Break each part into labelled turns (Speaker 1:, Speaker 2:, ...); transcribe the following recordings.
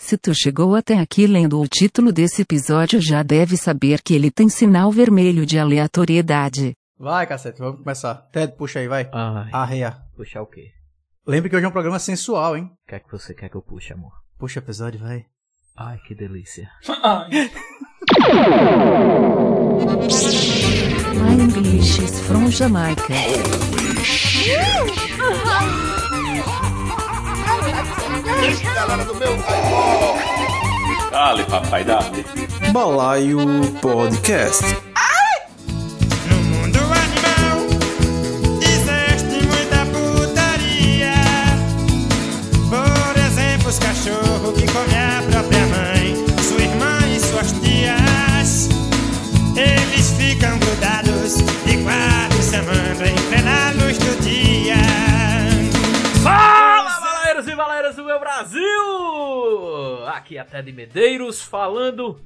Speaker 1: Se tu chegou até aqui lendo o título desse episódio, já deve saber que ele tem sinal vermelho de aleatoriedade.
Speaker 2: Vai, cacete, vamos começar. Ted, puxa aí, vai.
Speaker 3: Ai,
Speaker 2: Arreia.
Speaker 3: puxar o quê?
Speaker 2: Lembre que hoje é um programa sensual, hein?
Speaker 3: O que é que você quer que eu puxe, amor?
Speaker 2: Puxa episódio, vai.
Speaker 3: Ai, que delícia.
Speaker 1: My English is from Jamaica.
Speaker 4: Dale, papai, dale.
Speaker 5: Balaio Podcast.
Speaker 6: No mundo animal existe muita putaria. Por exemplo, os cachorros que comem a própria mãe, sua irmã e suas tias. Eles ficam grudados e quatro semanas em plena luz do dia.
Speaker 3: Fala, balaeiros e balaeiras do meu Brasil! Aqui é Ted Medeiros falando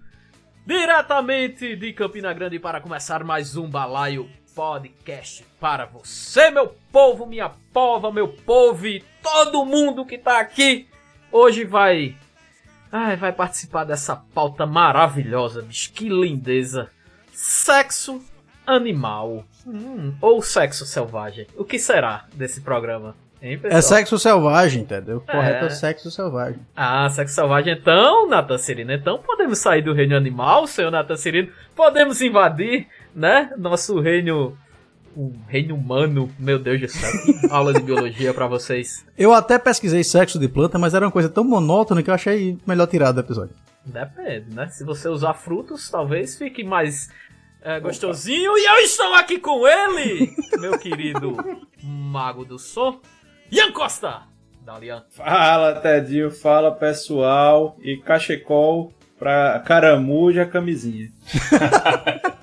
Speaker 3: diretamente de Campina Grande para começar mais um Balaio Podcast para você, meu povo, minha pova, meu povo e todo mundo que tá aqui. Hoje vai... Ai, vai participar dessa pauta maravilhosa, bicho, que lindeza. Sexo animal. Hum, ou sexo selvagem. O que será desse programa? Hein, pessoal?
Speaker 2: É sexo selvagem, Ted. O correto é,
Speaker 3: É.
Speaker 2: sexo selvagem.
Speaker 3: Ah, sexo selvagem então, Nathan Cirino. Então podemos sair do reino animal, senhor Nathan Cirino. Podemos invadir, né? Nosso reino. O reino humano. Meu Deus do céu. que aula de biologia pra vocês.
Speaker 2: Eu até pesquisei sexo de planta, mas era uma coisa tão monótona que eu achei melhor tirar do episódio.
Speaker 3: Depende, né? Se você usar frutos, talvez fique mais é, gostosinho. E eu estou aqui com ele, meu querido mago do som, Ian Costa. Dalian.
Speaker 7: Fala, Tedinho. Fala, pessoal. E cachecol pra caramuja, camisinha.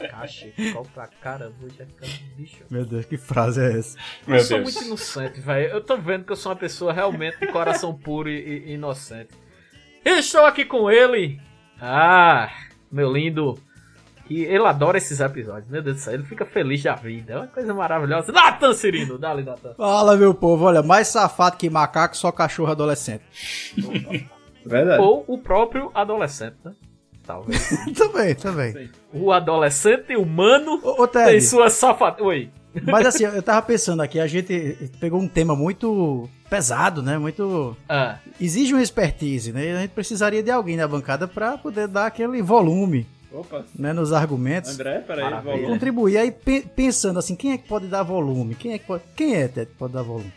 Speaker 3: Cachecol pra caramba, já ficando bicho.
Speaker 2: Meu Deus, que frase é essa?
Speaker 4: Meu
Speaker 3: eu sou
Speaker 4: Deus.
Speaker 3: muito inocente, velho. Eu tô vendo que eu sou uma pessoa realmente de coração puro e, e inocente. E estou aqui com ele. Ah, meu lindo. E ele adora esses episódios. Meu Deus do céu, ele fica feliz da vida. É uma coisa maravilhosa. Natan Cirino, dá-lhe, Natan.
Speaker 2: Fala, meu povo. Olha, mais safado que macaco, só cachorro adolescente.
Speaker 7: Verdade.
Speaker 3: Ou o próprio adolescente, né? Talvez.
Speaker 2: também, também.
Speaker 3: O adolescente humano
Speaker 2: Ô, ô
Speaker 3: tem
Speaker 2: Ted,
Speaker 3: sua safadeza. Oi.
Speaker 2: mas assim, eu tava pensando aqui, a gente pegou um tema muito pesado, né? Muito
Speaker 3: Ah,
Speaker 2: exige uma expertise, né? E A gente precisaria de alguém na bancada para poder dar aquele volume,
Speaker 7: Opa.
Speaker 2: né, nos argumentos.
Speaker 7: André, né? peraí.
Speaker 3: Maravilha.
Speaker 7: volta.
Speaker 2: Contribuir aí pe- pensando assim, quem é que pode dar volume? Quem é que pode, quem é Ted, que pode dar volume?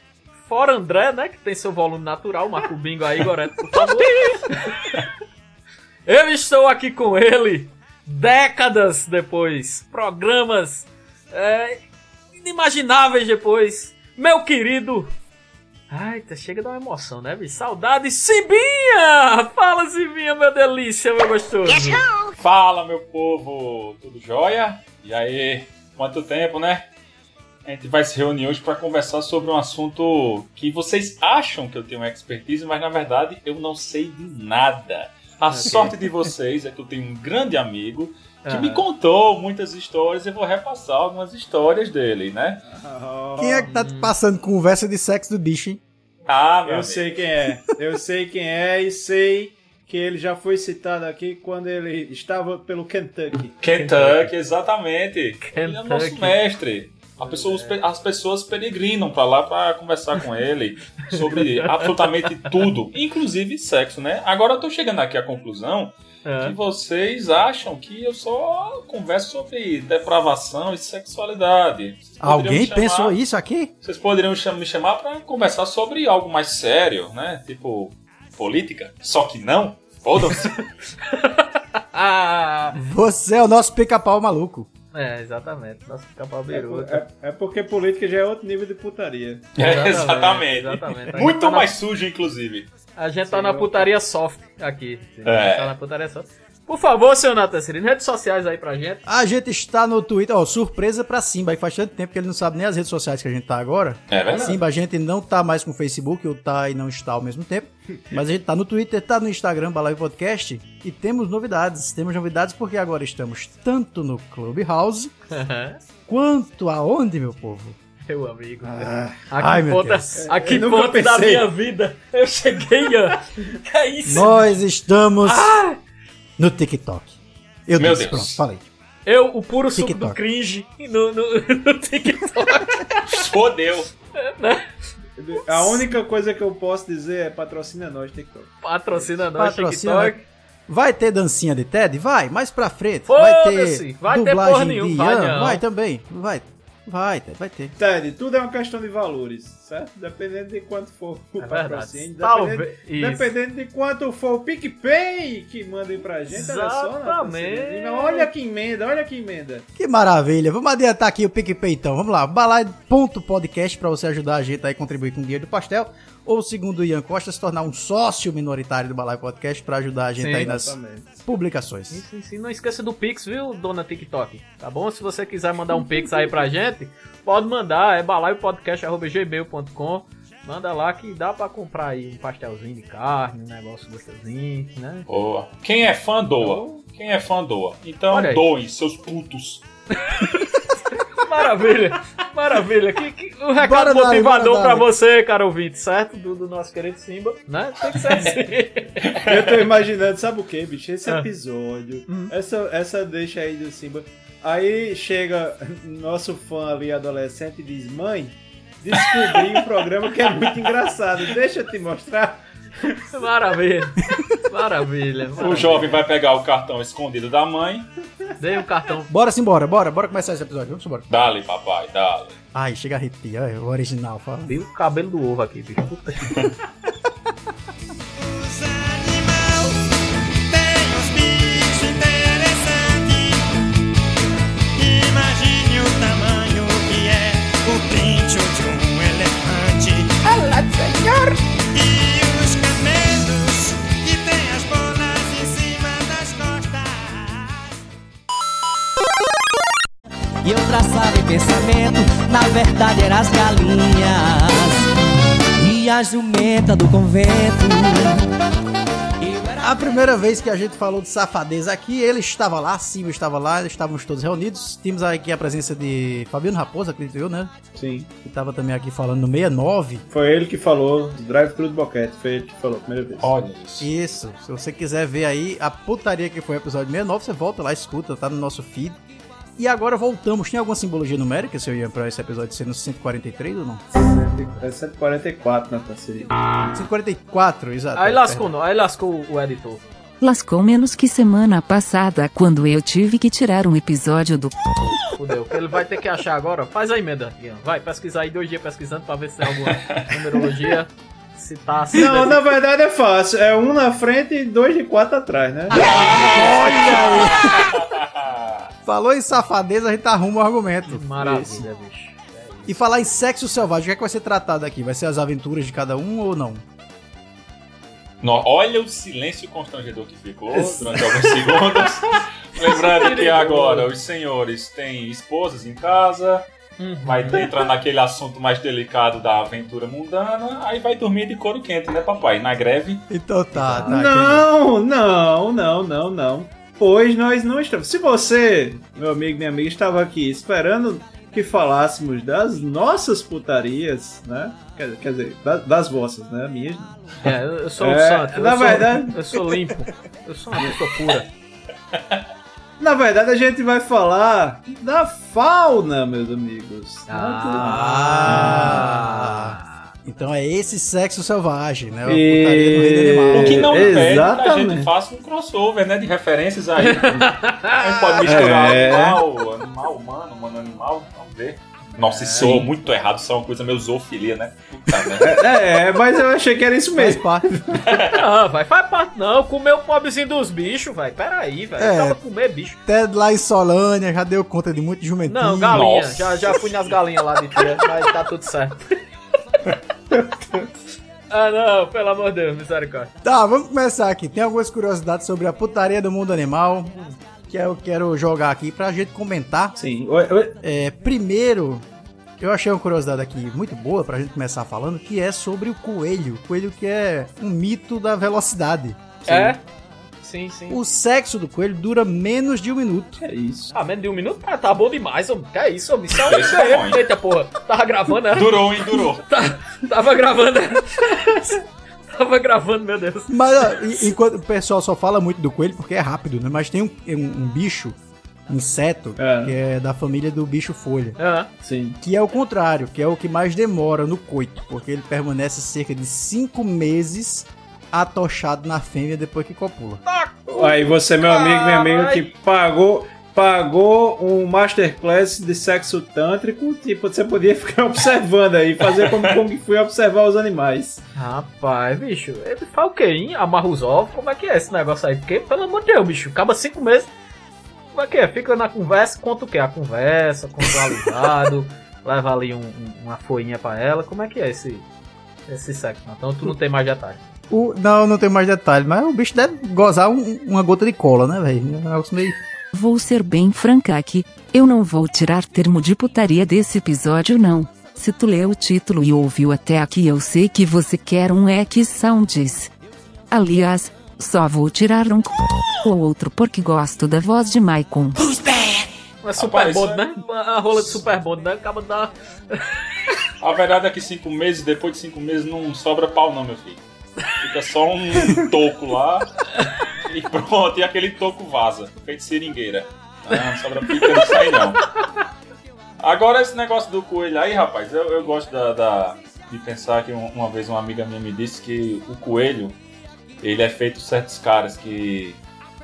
Speaker 3: Fora André, né? Que tem seu volume natural, Marco Bingo aí, Goreto, por favor. Eu estou aqui com ele décadas depois, programas é, inimagináveis depois, meu querido. Ai, tá- chega a dar uma emoção, né, bicho? Saudade, Cibinha! Fala, Cibinha, meu delícia, meu gostoso.
Speaker 4: Fala, meu povo. Tudo jóia? E aí? Quanto tempo, né? A gente vai se reunir hoje para conversar sobre um assunto que vocês acham que eu tenho expertise, mas na verdade eu não sei de nada. A sorte de vocês é que eu tenho um grande amigo que me
Speaker 3: Aham.
Speaker 4: contou muitas histórias e eu vou repassar algumas histórias dele, né?
Speaker 2: Quem é que tá passando conversa de sexo do bicho, hein?
Speaker 4: Ah, meu
Speaker 7: Eu
Speaker 4: amigo.
Speaker 7: sei quem é. Eu sei quem é e sei que ele já foi citado aqui quando ele estava pelo Kentucky.
Speaker 4: Kentucky, exatamente. Ele é o
Speaker 3: Kentucky.
Speaker 4: nosso mestre. A pessoa- os pe- as pessoas peregrinam pra lá pra conversar com ele sobre absolutamente tudo, inclusive sexo, né? Agora eu tô chegando aqui à conclusão que
Speaker 3: Ah,
Speaker 4: vocês acham que eu só converso sobre depravação e sexualidade. Vocês poderiam
Speaker 2: Alguém
Speaker 4: me chamar-
Speaker 2: pensou isso aqui?
Speaker 4: Vocês poderiam cham- me chamar pra conversar sobre algo mais sério, né? Tipo política. Só que não. Foda-se.
Speaker 3: Ah,
Speaker 2: Você é o nosso pica-pau maluco.
Speaker 3: é, exatamente. Nossa, fica pau
Speaker 7: É,
Speaker 3: berudo.
Speaker 7: é- é porque política já é outro nível de putaria.
Speaker 4: É, exatamente.
Speaker 3: exatamente. Tá
Speaker 4: Muito
Speaker 3: na-
Speaker 4: mais sujo, inclusive.
Speaker 3: A gente tá na
Speaker 7: Senhor.
Speaker 3: putaria soft aqui.
Speaker 4: É.
Speaker 3: A gente tá na putaria soft. Por favor, senhor Nathan Cirino, redes sociais aí pra gente.
Speaker 2: A gente está no Twitter, ó, surpresa pra Simba, que faz tanto tempo que ele não sabe nem as redes sociais que a gente tá agora.
Speaker 4: É verdade.
Speaker 2: Simba, a gente não tá mais com o Facebook, ou tá e não está ao mesmo tempo. Mas a gente tá no Twitter, tá no Instagram, Balai Podcast. E temos novidades. Temos novidades porque agora estamos tanto no Clubhouse, quanto aonde, meu povo?
Speaker 3: Meu amigo.
Speaker 7: Ah,
Speaker 3: A que
Speaker 2: Ai, meu
Speaker 3: ponto,
Speaker 2: Deus.
Speaker 3: a que
Speaker 7: Eu nunca
Speaker 3: ponto da
Speaker 7: pensei.
Speaker 3: minha vida eu cheguei, ó. Que é isso?
Speaker 2: Nós estamos
Speaker 3: Ah!
Speaker 2: no TikTok. Eu
Speaker 4: Meu
Speaker 2: disse,
Speaker 4: Deus.
Speaker 2: pronto, falei.
Speaker 3: Eu, o puro suco
Speaker 2: TikTok.
Speaker 3: do cringe no, no, no TikTok.
Speaker 4: Fodeu.
Speaker 7: a única coisa que eu posso dizer é patrocina nós, TikTok.
Speaker 3: Patrocina nós,
Speaker 2: Patrocina.
Speaker 3: TikTok.
Speaker 2: Vai ter dancinha de Ted? Vai, mais pra frente.
Speaker 3: Foda-se, vai ter
Speaker 2: dublagem
Speaker 3: porra nenhuma,
Speaker 2: de
Speaker 3: vai
Speaker 2: Ian?
Speaker 3: não.
Speaker 2: Vai também. Vai. Vai, Ted, vai ter.
Speaker 7: Ted, tudo é uma questão de valores, certo? Dependendo de quanto for o
Speaker 3: É verdade.
Speaker 7: patrocínio,
Speaker 3: Talvez.
Speaker 7: dependendo,
Speaker 3: Isso.
Speaker 7: dependendo de quanto for o PicPay que mandem pra gente, olha só. Nathan,
Speaker 3: Exatamente.
Speaker 7: você diz, Olha que emenda, olha que emenda.
Speaker 2: Que maravilha. Vamos adiantar aqui o PicPay então. Vamos lá. Balai.podcast pra você ajudar a gente aí a contribuir com o dinheiro do pastel. Ou, segundo o Ian Costa, se tornar um sócio minoritário do Balai Podcast pra ajudar a gente
Speaker 3: Sim,
Speaker 2: aí nas
Speaker 7: Exatamente.
Speaker 2: publicações.
Speaker 3: Isso, isso. E não esqueça do Pix, viu, dona TikTok? Tá bom? Se você quiser mandar um Pix aí pra gente, pode mandar. É balaiopodcast.gmail.com. Manda lá que dá pra comprar aí um pastelzinho de carne, um negócio gostosinho, né?
Speaker 4: Boa. Quem é fã, doa. Quem é fã, doa. Então
Speaker 3: Olha aí.
Speaker 4: doem, seus putos.
Speaker 3: Então, Maravilha! Maravilha! Que, que- um recado
Speaker 2: Bora, Dali,
Speaker 3: motivador
Speaker 2: bora,
Speaker 3: pra
Speaker 2: Dali.
Speaker 3: você, cara ouvinte, certo? Do, do nosso querido Simba, né? Tem que ser assim.
Speaker 7: Eu tô imaginando, sabe o que, bicho? Esse
Speaker 3: Ah.
Speaker 7: episódio,
Speaker 3: Hum.
Speaker 7: essa, essa deixa aí do Simba. Aí chega nosso fã ali, adolescente, e diz: Mãe, descobri um programa que é muito engraçado, deixa eu te mostrar.
Speaker 3: Maravilha! Maravilha!
Speaker 4: O jovem vai pegar o cartão escondido da mãe.
Speaker 3: Dei um cartão.
Speaker 2: Bora simbora, bora, bora começar esse episódio. Vamos embora.
Speaker 4: Dale, papai, dale.
Speaker 2: Ai, chega a arrepia. Olha, O original, fala.
Speaker 3: Dei o cabelo do ovo aqui, bicho. Puta
Speaker 6: Os animais têm os bichos interessantes. Imagine o tamanho que é o pinto de um elefante. Olá, senhor! E os camelos que têm as bolas em cima das costas.
Speaker 8: E eu traçava em pensamento, na verdade eram as galinhas E a jumenta do convento Eu era
Speaker 2: A primeira vez que a gente falou de safadeza aqui, ele estava lá, Silvio estava lá, estávamos todos reunidos. Tínhamos aqui a presença de Fabiano Raposo, acredito eu, né?
Speaker 7: Sim.
Speaker 2: Que estava também aqui falando no 69.
Speaker 7: Foi ele que falou do drive-thru do boquete, foi ele que falou a primeira vez.
Speaker 4: Olha isso.
Speaker 2: Isso. Se você quiser ver aí a putaria que foi o episódio 69, você volta lá, escuta, tá no nosso feed. E agora voltamos. Tem alguma simbologia numérica, seu Ian, pra esse episódio ser no 143 ou não?
Speaker 7: É 144, Natan, seria.
Speaker 2: 144, exato.
Speaker 3: Aí lascou, não. aí lascou o editor.
Speaker 1: Lascou menos que semana passada, quando eu tive que tirar um episódio do.
Speaker 3: Fudeu. Ele vai ter que achar agora. Faz a emenda, Ian. Vai pesquisar aí dois dias pesquisando pra ver se tem alguma numerologia. Se tá assim.
Speaker 7: Não,
Speaker 3: né?
Speaker 7: na verdade é fácil. É um na frente e dois de quatro atrás,
Speaker 3: Ah,
Speaker 7: né?
Speaker 2: É. Falou em safadeza, a gente arruma o argumento.
Speaker 3: Maravilha, bicho.
Speaker 2: E falar em sexo selvagem, o que é que vai ser tratado aqui? Vai ser as aventuras de cada um ou não?
Speaker 4: No- olha o silêncio constrangedor que ficou durante alguns segundos. Lembrando que agora os senhores têm esposas em casa, vai
Speaker 3: Uhum.
Speaker 4: entrar naquele assunto mais delicado da aventura mundana, aí vai dormir de couro quente, né, papai? Na greve.
Speaker 2: Então tá, tá. entendi.
Speaker 7: Não, não, não, não, não. Pois nós não estamos. Se você, meu amigo, minha amiga, estava aqui esperando que falássemos das nossas putarias, né? Quer, quer dizer, da- das vossas, né? Minhas. não.
Speaker 3: É, eu sou o
Speaker 7: É,
Speaker 3: santo. eu
Speaker 7: na
Speaker 3: sou-
Speaker 7: verdade-
Speaker 3: Eu sou limpo. Eu sou uma pessoa pura.
Speaker 7: Na verdade, a gente vai falar da fauna, meus amigos. Tá
Speaker 2: Ah. Então é esse sexo selvagem, né? A
Speaker 7: E-
Speaker 2: putaria do reino animal.
Speaker 4: O que não impede que a
Speaker 7: Exatamente.
Speaker 4: gente faça um crossover, né? De referências aí. a gente pode misturar
Speaker 7: É.
Speaker 4: animal, animal humano, humano animal, vamos ver. Nossa, isso soou muito errado, isso é uma coisa meio zoofilia, né? Puta merda.
Speaker 7: É, é, mas eu achei que era isso
Speaker 2: Faz
Speaker 7: mesmo.
Speaker 2: parte.
Speaker 3: Não, Ah. vai, faz parte. Não, comer o pobrezinho dos bichos, velho. Peraí, velho.
Speaker 2: É.
Speaker 3: Eu tava comer bicho.
Speaker 2: Até lá em Solânia já deu conta de muito jumentinho.
Speaker 3: Não, galinha.
Speaker 4: Nossa.
Speaker 3: Já, já fui nas galinhas lá de dia, mas tá tudo certo. ah, não, pelo amor de Deus, misericórdia.
Speaker 2: Tá, vamos começar aqui. Tem algumas curiosidades sobre a putaria do mundo animal que eu quero jogar aqui pra gente comentar.
Speaker 7: Sim. Oi, oi.
Speaker 2: É, primeiro, eu achei uma curiosidade aqui muito boa pra gente começar falando, que é sobre o coelho. O coelho que é um mito da velocidade.
Speaker 3: É? sim, sim.
Speaker 2: O sexo do coelho dura menos de um minuto.
Speaker 7: É isso.
Speaker 3: Ah, menos de um minuto? Ah, tá bom demais, homem. Que é isso, homem? Isso é um
Speaker 4: Isso é
Speaker 3: ganhei,
Speaker 4: bom, hein?
Speaker 3: Eita porra. Tava gravando, né?
Speaker 4: Durou, hein? Durou.
Speaker 3: Tá- tava gravando. né? tava gravando, meu Deus.
Speaker 2: Mas ó, e- enquanto o pessoal só fala muito do coelho porque é rápido, né? Mas tem um, um- um bicho, um inseto,
Speaker 7: É.
Speaker 2: que é da família do bicho folha.
Speaker 3: Ah,
Speaker 7: Sim.
Speaker 2: Que é o contrário, que é o que mais demora no coito, porque ele permanece cerca de cinco meses atochado na fêmea depois que copula.
Speaker 7: Aí você, meu amigo, meu amigo,
Speaker 3: Carai.
Speaker 7: que pagou. Pagou um masterclass de sexo tântrico, tipo, você podia ficar observando aí, fazer como, como fui observar os animais.
Speaker 3: rapaz, bicho. Ele faz o quê, hein? Amarra os ovos? Como é que é esse negócio aí? Porque, pelo amor de Deus, bicho. Acaba cinco meses. Como é que é? Fica na conversa, conta o quê? A conversa, conta o alisado, leva ali um- um- uma folhinha pra ela. Como é que é esse, esse sexo? Então tu não tem mais detalhe.
Speaker 2: O, não, não tem mais detalhe, mas o bicho deve gozar um- uma gota de cola, né, velho? É um negócio meio.
Speaker 1: Vou ser bem franca aqui, eu não vou tirar termo de putaria desse episódio não. Se tu leu o título e ouviu até aqui eu sei que você quer um X-Sounds. Aliás, só vou tirar um c... ou outro porque gosto da voz de Maicon.
Speaker 3: É super
Speaker 4: isso
Speaker 3: bond,
Speaker 4: é-
Speaker 3: né? A rola de super bond, né? Acaba de dar.
Speaker 4: A verdade é que cinco meses, depois de cinco meses, não sobra pau não, meu filho. Fica só um toco lá e pronto, e aquele toco vaza. Feito seringueira. Ah, não sobra pica, não sai não. Agora esse negócio do coelho aí, rapaz, eu, eu gosto da, da- de pensar que um- uma vez uma amiga minha me disse que o coelho, ele é feito certos caras que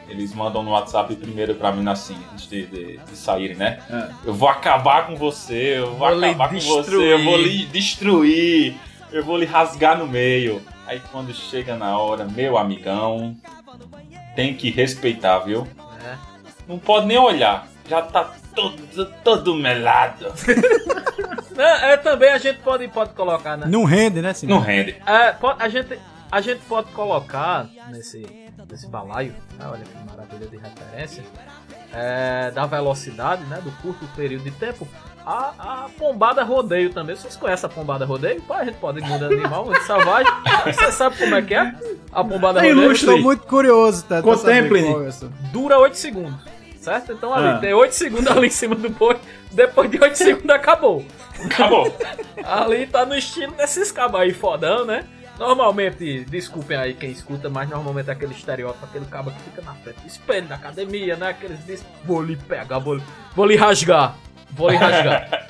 Speaker 4: eles mandam no WhatsApp primeiro pra mim assim, antes de, de- de saírem, né? Eu vou acabar com você, eu vou,
Speaker 3: É. Vou lhe
Speaker 4: acabar com
Speaker 3: destruir.
Speaker 4: você, eu vou lhe destruir, eu vou lhe rasgar no meio. Aí quando chega na hora, meu amigão, tem que respeitar, viu? Não pode nem olhar, já tá todo, todo melado.
Speaker 3: É, é, também a gente pode, pode colocar, né?
Speaker 2: Não rende, né, sim?
Speaker 4: Não rende.
Speaker 3: É, po- a, gente, a gente pode colocar nesse, nesse balaio, né? olha que maravilha de referência, é, da velocidade, né? Do curto período de tempo, a, a pombada rodeio também. Vocês conhecem a pombada rodeio? Pô, a gente pode ir mudando de animal, de selvagem. Você sabe como é que é? A pombada
Speaker 7: Tá
Speaker 3: rodeio
Speaker 7: ilustre.
Speaker 2: Estou muito curioso, tá? pra saber
Speaker 7: Contemple.
Speaker 2: qual é essa.
Speaker 3: dura 8 segundos. Certo? Então ali
Speaker 7: Ah.
Speaker 3: tem 8 segundos ali em cima do boi. Depois de 8 segundos acabou.
Speaker 4: Acabou.
Speaker 3: Ali tá no estilo desses cabos aí fodão, né? Normalmente, desculpem aí quem escuta, mas normalmente é aquele estereótipo, aquele cabo que fica na frente do espelho da academia, né? Aqueles dizem, vou lhe pegar, vou lhe, vou lhe rasgar, vou lhe rasgar.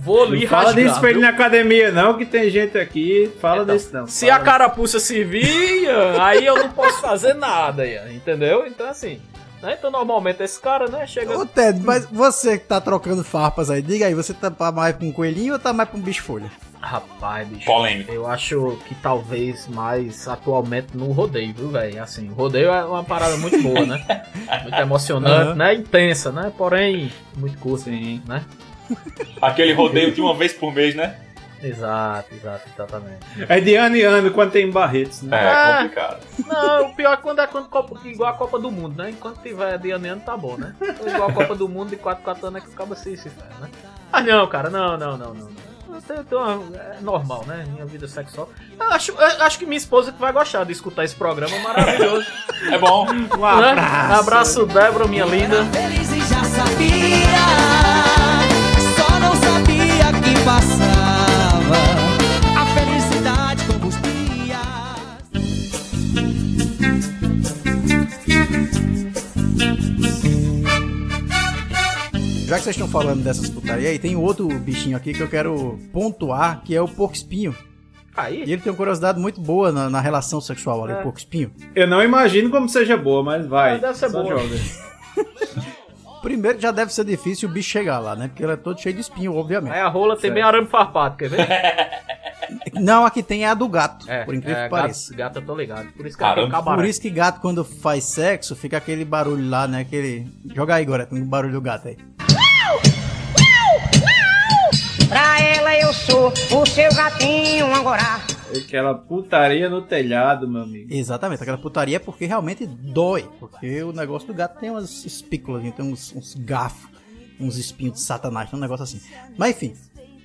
Speaker 3: Vou lhe
Speaker 7: Não fala de
Speaker 3: rasgar.
Speaker 7: espelho
Speaker 3: viu?
Speaker 7: né? na academia, não, que tem gente aqui, fala
Speaker 3: Então,
Speaker 7: disso não.
Speaker 3: Se
Speaker 7: Fala
Speaker 3: a carapuça se vir, Ian, aí eu não posso fazer nada, Ian, entendeu? Então assim, né? Então normalmente esse cara, né, chega...
Speaker 2: Ô, Ted, mas você que tá trocando farpas aí, diga aí, você tá pra mais pra um coelhinho ou tá mais pra um bicho folha?
Speaker 3: Rapaz, bicho.
Speaker 4: Polêmico.
Speaker 3: Eu acho que talvez mais atualmente no rodeio, viu, velho? Assim, o rodeio é uma parada muito boa, né? Muito emocionante,
Speaker 2: Aham.
Speaker 3: né? Intensa, né? Porém, muito curta,
Speaker 7: Sim.
Speaker 3: né?
Speaker 4: Aquele rodeio de uma vez por mês, né?
Speaker 3: Exato, exato, exatamente.
Speaker 7: É de ano em ano, quando tem barretes, né?
Speaker 4: É, complicado.
Speaker 3: Não, o pior é quando é quando Copa- igual a Copa do Mundo, né? Enquanto tiver de ano em ano, tá bom, né? Então, igual a Copa do Mundo de 4 4 anos é que acaba assim, se ferra, né? Ah, não, cara, não, não, não, não. não. Eu tenho- tenho uma- é normal, né? Minha vida sexual. Eu acho, eu acho que minha esposa que vai gostar de escutar esse programa maravilhoso.
Speaker 4: É bom.
Speaker 3: Um abraço. Abraço, Débora, minha linda.
Speaker 8: Feliz e já sabia, só não sabia que passava a felicidade como os dias.
Speaker 2: Já que vocês estão falando dessas putaria aí, tem outro bichinho aqui que eu quero pontuar, que é o porco espinho. E
Speaker 3: Aí,
Speaker 2: ele tem uma curiosidade muito boa na, na relação sexual ali,
Speaker 3: É.
Speaker 2: o porco espinho.
Speaker 7: Eu não imagino como seja boa, mas vai.
Speaker 3: Ah, deve ser
Speaker 7: só
Speaker 3: boa.
Speaker 7: joga.
Speaker 2: Primeiro que já deve ser difícil o bicho chegar lá, né? Porque ele é todo cheio de espinho, obviamente.
Speaker 3: aí a rola tem bem arame farpado, quer ver?
Speaker 2: Não, a que tem é a do gato,
Speaker 3: É,
Speaker 2: por incrível
Speaker 3: é,
Speaker 2: que
Speaker 3: gato-
Speaker 2: pareça.
Speaker 3: Gato, eu tô ligado. Por isso que aqui é
Speaker 4: Caramba.
Speaker 2: Por
Speaker 3: cabaré.
Speaker 2: isso que gato, quando faz sexo, fica aquele barulho lá, né? Aquele. Joga aí, agora, tem um barulho do gato aí.
Speaker 9: Pra ela eu sou o seu gatinho angorá.
Speaker 7: Aquela putaria no telhado, meu amigo.
Speaker 2: Exatamente, aquela putaria é porque realmente dói. Porque o negócio do gato tem umas espículas, tem uns, uns garfos, uns espinhos de satanás, tem um negócio assim. Mas enfim,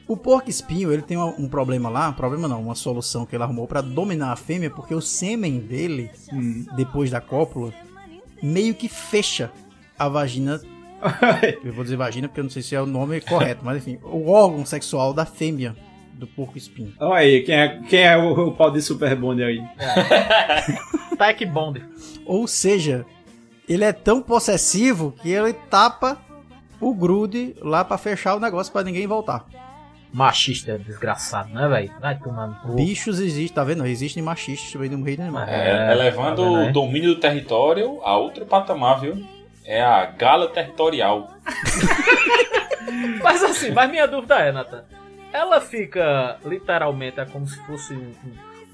Speaker 2: o porco espinho ele tem um, um problema lá, um problema não, uma solução que ele arrumou pra dominar a fêmea, porque o sêmen dele, hum, depois da cópula, meio que fecha a vagina. Eu vou dizer vagina porque eu não sei se é o nome correto, mas enfim, o órgão sexual da fêmea do porco espinho.
Speaker 7: Olha aí, quem é, quem é o, o pau de Super Bonde aí?
Speaker 3: Tech Bond.
Speaker 2: Ou seja, ele é tão possessivo que ele tapa o grude lá pra fechar o negócio pra ninguém voltar.
Speaker 3: Machista desgraçado, né, velho? Vai tomando cu.
Speaker 2: Bichos existem, tá vendo? Existem machistas também no meio do animal.
Speaker 4: É, elevando
Speaker 3: tá vendo, né?
Speaker 4: o domínio do território a outro patamar, viu? É a gala territorial.
Speaker 3: Mas assim, mas minha dúvida é, Nathan. Ela fica literalmente, é como se fosse um,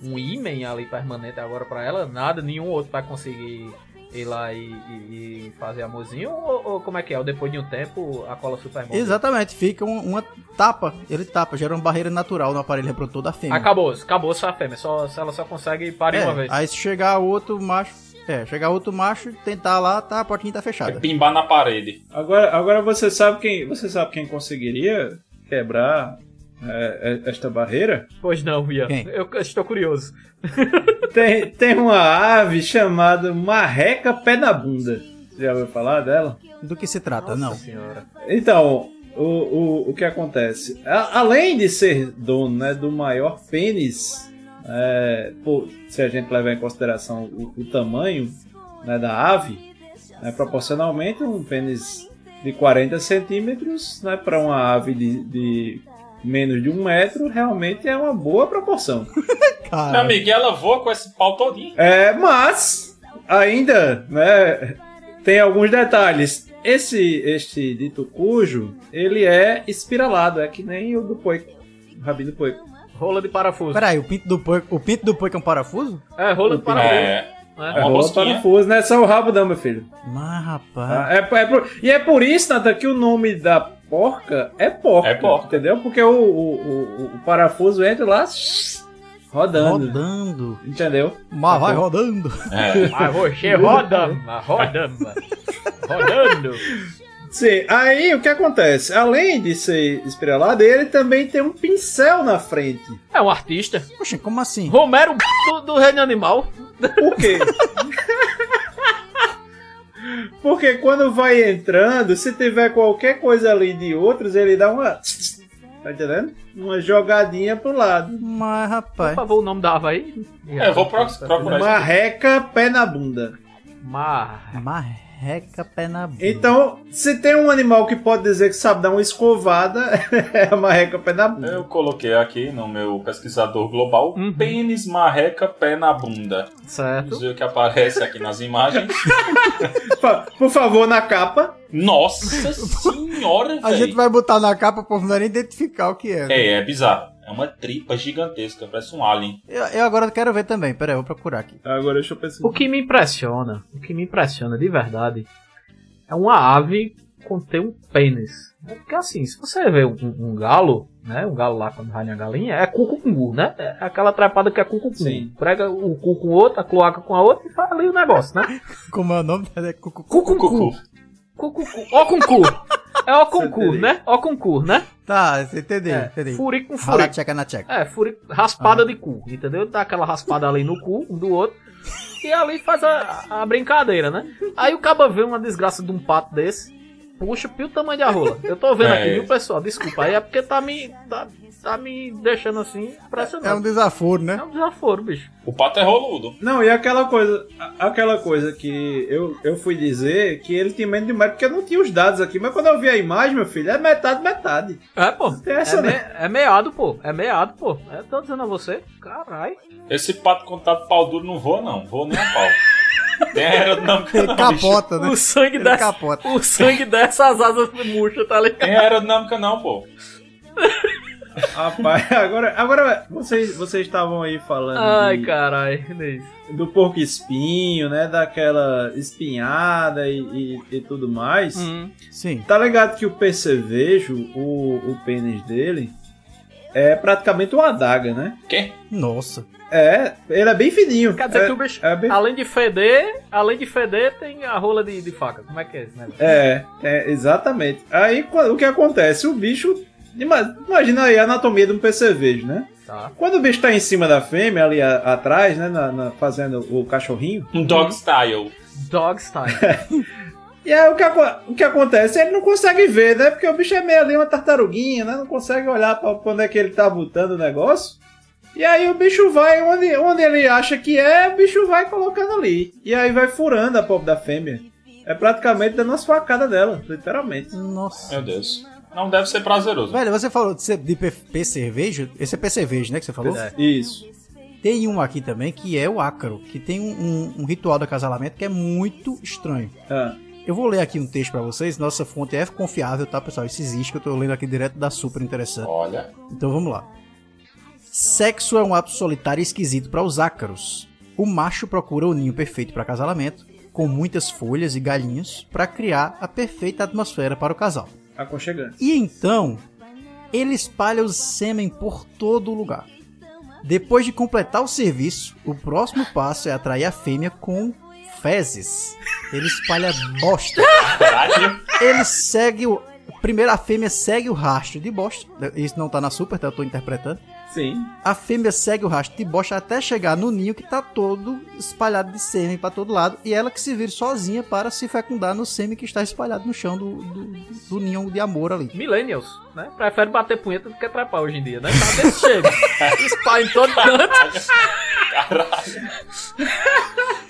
Speaker 3: um, um ímã ali permanente agora pra ela, nada, nenhum outro vai conseguir ir lá e, e- e fazer amorzinho, ou, ou como é que é? Ou depois de um tempo a cola super mole?
Speaker 2: Exatamente, fica um- uma, tapa, ele tapa, gera uma barreira natural no aparelho reprodutor da fêmea.
Speaker 3: Acabou, acabou só a fêmea, só, se ela só consegue parir
Speaker 2: É,
Speaker 3: uma vez.
Speaker 2: Aí se chegar outro macho, é, chegar outro macho e tentar lá, tá, a portinha tá
Speaker 4: É
Speaker 2: fechada.
Speaker 4: pimbar na parede.
Speaker 7: Agora, agora você sabe quem você sabe quem conseguiria quebrar é, é, esta barreira?
Speaker 3: Pois não, Ian.
Speaker 2: Quem?
Speaker 3: Eu estou curioso.
Speaker 7: Tem, tem uma ave chamada marreca pé na bunda. Você já ouviu falar dela?
Speaker 2: Do que se trata? não.
Speaker 3: senhora.
Speaker 7: Então, o, o, o que acontece? A- além de ser dono né, do maior pênis, é, pô, se a gente levar em consideração o, o tamanho né, da ave, né, proporcionalmente um pênis de 40 centímetros né, para uma ave de, de menos de um metro realmente é uma boa proporção.
Speaker 3: Ah.
Speaker 4: Meu
Speaker 2: Cara,
Speaker 4: amigo, e ela voa com esse pau todinho.
Speaker 7: É, mas ainda, né, tem alguns detalhes. Esse este dito cujo, ele é espiralado, é que nem o do poico, o rabinho do
Speaker 4: É
Speaker 7: poico.
Speaker 3: Rola de parafuso.
Speaker 2: peraí, o pinto do porco, o pinto do porco é um parafuso?
Speaker 3: É, rola de parafuso.
Speaker 4: É,
Speaker 3: né?
Speaker 4: É uma
Speaker 7: Rola
Speaker 4: rosquinha.
Speaker 7: parafuso, não é só o rabo não, meu filho.
Speaker 2: Mas rapaz,
Speaker 7: Ah, É, é por- e é por isso, Nathan, que o nome da porca é porca,
Speaker 4: É porca.
Speaker 7: entendeu? Porque o, o, o- o parafuso entra lá rodando,
Speaker 2: rodando.
Speaker 7: entendeu?
Speaker 2: Mas vai rodando.
Speaker 4: é.
Speaker 3: Mas Ah, você roda, mas roda, mano. rodando.
Speaker 7: Sim, aí o que acontece? Além de ser espiralado, ele também tem um pincel na frente.
Speaker 3: É um artista.
Speaker 2: Poxa, como assim?
Speaker 3: Romero do, do Reino Animal.
Speaker 7: Por quê? Porque quando vai entrando, se tiver qualquer coisa ali de outros, ele dá uma. Tá entendendo? Uma jogadinha pro lado.
Speaker 2: Mas
Speaker 3: Por
Speaker 2: rapaz,
Speaker 3: favor, o nome da ave aí.
Speaker 4: É, eu vou pro- procurar isso.
Speaker 7: Marreca, pé na bunda.
Speaker 3: Mar.
Speaker 2: marreca pé na bunda.
Speaker 7: Então, se tem um animal que pode dizer que sabe dar uma escovada, é a marreca, pé na bunda.
Speaker 4: Eu coloquei aqui no meu pesquisador global:
Speaker 3: Uhum.
Speaker 4: pênis marreca pé na bunda. Vamos
Speaker 3: Certo.
Speaker 4: ver o que aparece aqui nas imagens.
Speaker 7: Fa- Por favor, na capa.
Speaker 4: Nossa senhora,
Speaker 2: a gente
Speaker 4: velho.
Speaker 2: vai botar na capa pra não identificar o que é. né?
Speaker 4: É, é bizarro. É uma tripa gigantesca, parece um alien.
Speaker 2: Eu, eu agora quero ver também, peraí, eu vou procurar aqui.
Speaker 7: Agora deixa eu pensar.
Speaker 3: O que me impressiona, o que me impressiona de verdade, é uma ave conter um pênis. É Porque assim, se você vê um, um galo, né? Um galo lá quando ralha a galinha, é cucucu, né? É aquela trapada que é cucucu.
Speaker 7: Sim.
Speaker 3: Prega o cu com o outro, a cloaca com a outra e faz ali o negócio, né?
Speaker 2: Como é o nome dela? É Cucu.
Speaker 4: Cucu.
Speaker 3: Cucucu. Ó com cu. É ó com cu,
Speaker 7: Entendi.
Speaker 3: né? Ó com cu, né?
Speaker 2: Tá, você entendeu,
Speaker 3: É,
Speaker 2: entendeu.
Speaker 3: furico com
Speaker 2: Rala a
Speaker 3: furico.
Speaker 2: tcheca na tcheca.
Speaker 3: É, furi...
Speaker 2: Ah.
Speaker 3: raspada de cu, entendeu? Dá aquela raspada ali no cu um do outro. E ali faz a, a brincadeira, né? Aí o caba vê uma desgraça de um pato desse. Puxa, pio o tamanho da rola. Eu tô vendo aqui,
Speaker 4: É.
Speaker 3: viu, pessoal? Desculpa. Aí é porque tá me. Tá, tá me deixando assim impressionado.
Speaker 2: É um desaforo, né?
Speaker 3: É um desaforo, bicho.
Speaker 4: O pato é roludo.
Speaker 7: Não, e aquela coisa, a- aquela coisa que eu, eu fui dizer que ele tinha menos de um metro, porque eu não tinha os dados aqui, mas quando eu vi a imagem, meu filho, é metade, metade.
Speaker 3: É, pô.
Speaker 7: Tem essa,
Speaker 3: é,
Speaker 7: né?
Speaker 3: me- é meado, pô. É meado, pô. É, tô dizendo a você. Caralho.
Speaker 4: Esse pato com tanto pau duro não voa, não. Voa nem a pau. Tem aerodinâmica
Speaker 2: Ele
Speaker 4: não, bicho.
Speaker 2: capota, né?
Speaker 3: O sangue
Speaker 2: Ele
Speaker 3: dessa.
Speaker 2: capota.
Speaker 3: O sangue dessa, as asas murchas, tá ligado?
Speaker 4: Tem aerodinâmica não, pô.
Speaker 7: Rapaz, agora, agora vocês, vocês estavam aí falando
Speaker 3: Ai,
Speaker 7: de-
Speaker 3: caralho. Inês.
Speaker 7: do porco espinho, né? Daquela espinhada e, e- e tudo mais.
Speaker 3: Hum.
Speaker 2: Sim.
Speaker 7: Tá ligado que o percevejo, o, o pênis dele, é praticamente uma adaga, né?
Speaker 4: Quê?
Speaker 2: Nossa.
Speaker 7: É, ele é bem fininho.
Speaker 3: Quer dizer
Speaker 7: é,
Speaker 3: que o bicho.
Speaker 7: é bem
Speaker 3: Além de feder, além de feder, tem a rola de, de faca. Como é que é esse negócio?
Speaker 7: É, é, exatamente. Aí qua- o que acontece? O bicho. ima- Imagina aí a anatomia de um percevejo, né?
Speaker 3: Tá.
Speaker 7: Quando o bicho
Speaker 2: Uhum.
Speaker 7: tá em cima da fêmea, ali a- atrás, né? na- na- fazendo o cachorrinho,
Speaker 4: Um dog style.
Speaker 3: Dog style.
Speaker 7: E aí o que, aco- o que acontece? Ele não consegue ver, né? Porque o bicho é meio ali uma tartaruguinha, né? Não consegue olhar pra pra onde é que ele tá botando o negócio. E aí o bicho vai onde, onde ele acha que é, o bicho vai colocando ali. E aí vai furando a pobre da fêmea. É praticamente dando umas facadas nela, literalmente.
Speaker 2: Nossa.
Speaker 4: Meu Deus. Não deve ser prazeroso.
Speaker 2: Velho, você falou de, ce- de PP cerveja? Esse é P cerveja, né? Que você falou?
Speaker 7: Isso.
Speaker 2: Tem um aqui também que é o ácaro, que tem um, um- um ritual de acasalamento que é muito estranho.
Speaker 7: Ah,
Speaker 2: Eu vou ler aqui um texto pra vocês. Nossa fonte é confiável, tá, pessoal? Isso existe, que eu tô lendo aqui direto da super interessante.
Speaker 4: Olha.
Speaker 2: Então vamos lá. Sexo é um ato solitário e esquisito para os ácaros. O macho procura o ninho perfeito para casalamento, com muitas folhas e galinhos, para criar a perfeita atmosfera para o casal.
Speaker 7: aconchegante.
Speaker 2: E então, ele espalha o sêmen por todo o lugar. Depois de completar o serviço, o próximo passo é atrair a fêmea com fezes. Ele espalha bosta.
Speaker 4: Caralho.
Speaker 2: Ele segue o. Primeiro, a fêmea segue o rastro de bosta. Isso não tá na super, tá? Eu tô interpretando.
Speaker 7: Sim.
Speaker 2: A fêmea segue o rastro de bosta até chegar no ninho que tá todo espalhado de sêmen pra todo lado e ela que se vira sozinha para se fecundar no sêmen que está espalhado no chão do, do- do ninho de amor ali.
Speaker 3: Millennials, né? Prefere bater punheta do que trepar hoje em dia, né? Tá desse chega. Spa em todo canto.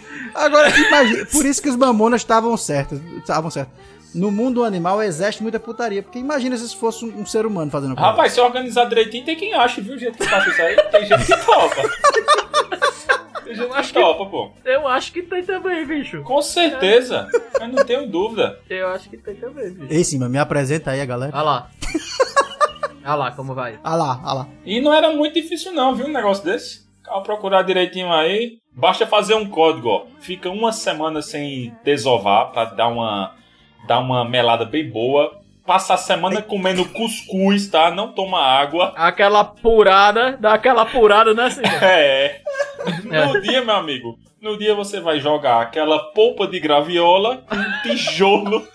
Speaker 2: Agora, imagina, por isso que os mamonas estavam certos, estavam certos. No mundo animal existe muita putaria, porque imagina se isso fosse um, um ser humano fazendo coisa.
Speaker 4: Rapaz, se organizar direitinho, tem quem acha, viu? O jeito que faz isso aí, tem gente que topa. Tem gente que topa, pô.
Speaker 3: Eu acho que tem também, bicho.
Speaker 4: Com certeza. Eu não tenho dúvida.
Speaker 3: Eu acho que tem também, bicho.
Speaker 2: Ei, Simba, me apresenta aí a galera.
Speaker 3: Olha lá. Olha lá como vai.
Speaker 2: Ah lá, ah lá.
Speaker 4: E não era muito difícil, não, viu? Um negócio desse. Ao procurar direitinho aí, basta fazer um código, ó. Fica uma semana sem desovar pra dar uma, dar uma melada bem boa. Passa a semana comendo cuscuz, tá? Não toma água.
Speaker 3: Aquela purada, dá aquela purada, né, Simba?
Speaker 4: É. No dia, meu amigo, no dia você vai jogar aquela polpa de graviola com um tijolo.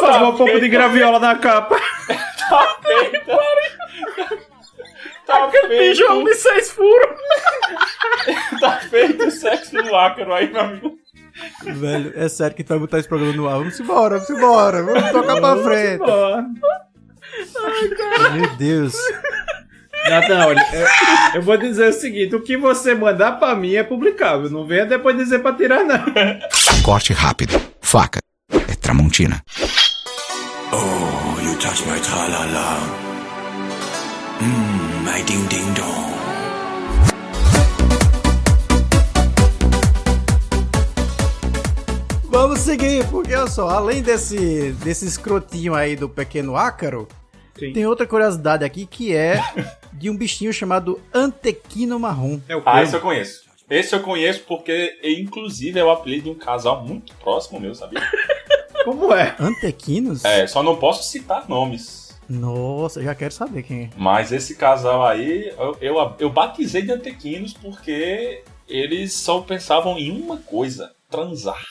Speaker 7: Faz uma pouco de graviola na capa.
Speaker 4: Tá feito. Tá
Speaker 3: Tijolo
Speaker 4: feito.
Speaker 3: de seis furos.
Speaker 4: Tá feito o sexo no ácaro aí, meu amigo.
Speaker 2: Velho, é sério que tu vai botar esse programa no ar. Vamos embora, vamos embora, vamos tocar pra frente.
Speaker 7: Ó.
Speaker 2: Meu Deus.
Speaker 7: Nathan, olha, eu, eu vou dizer o seguinte: o que você mandar pra mim é publicável. Não venha depois dizer pra tirar, não.
Speaker 10: Corte rápido. Faca. É Tramontina.
Speaker 5: Oh, you touch my tralala. Mmm, my ding ding dong.
Speaker 2: Vamos seguir, porque olha só, além desse, desse escrotinho aí do pequeno ácaro,
Speaker 7: Sim.
Speaker 2: tem outra curiosidade aqui que é de um bichinho chamado antequino marrom.
Speaker 7: É o
Speaker 4: Ah,
Speaker 7: quê?
Speaker 4: esse eu conheço. Esse eu conheço porque, inclusive, é o apelido de um casal muito próximo meu, sabia?
Speaker 7: Como é?
Speaker 2: Antequinos?
Speaker 4: É, só não posso citar nomes.
Speaker 2: Nossa, já quero saber quem é.
Speaker 4: Mas esse casal aí, eu, eu, eu batizei de antequinos porque eles só pensavam em uma coisa: transar.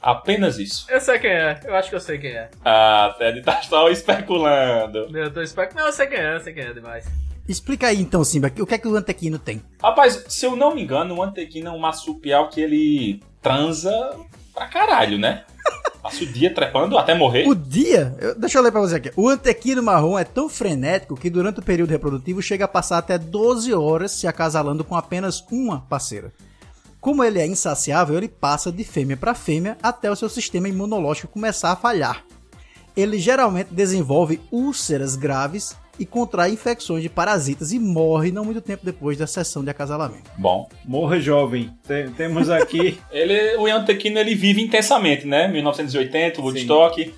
Speaker 4: Apenas isso.
Speaker 3: Eu sei quem é, eu acho que eu sei quem é.
Speaker 4: Ah, Ted tá só especulando.
Speaker 3: Eu tô esperando. Não, eu sei quem é, eu sei quem é demais.
Speaker 2: Explica aí então, Simba, o que é que o antequino tem?
Speaker 4: Rapaz, se eu não me engano, o antequino é um marsupial que ele transa pra caralho, né? Passa o dia trepando até morrer.
Speaker 2: O dia, eu- deixa eu ler pra você aqui. O antequino marrom é tão frenético que durante o período reprodutivo chega a passar até 12 horas se acasalando com apenas uma parceira. Como ele é insaciável, ele passa de fêmea para fêmea até o seu sistema imunológico começar a falhar. Ele geralmente desenvolve úlceras graves e contrai infecções de parasitas e morre não muito tempo depois da sessão de acasalamento.
Speaker 4: Bom,
Speaker 7: Morra jovem. Tem- temos aqui.
Speaker 4: ele, o antequino ele vive intensamente, né? 1980, Woodstock.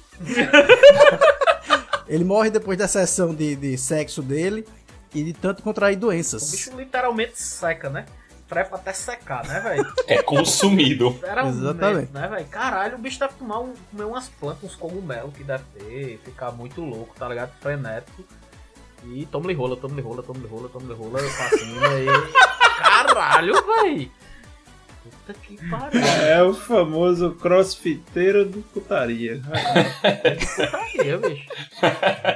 Speaker 2: Ele morre depois da sessão de, de sexo dele e de tanto contrair
Speaker 3: O
Speaker 2: doenças.
Speaker 3: bicho literalmente seca, né? Trepa até secar, né, velho?
Speaker 4: É consumido.
Speaker 3: Literalmente,
Speaker 2: Exatamente.
Speaker 3: né, velho? Caralho, o bicho deve tomar um, comer umas plantas, uns cogumelos que deve ter, ficar muito louco, tá ligado? Frenético. E toma-lhe rola, toma-lhe rola, toma-lhe rola, toma-lhe rola, fascina aí. Caralho, velho! Puta que pariu,
Speaker 7: É o famoso crossfiteiro do putaria.
Speaker 3: pariu, bicho.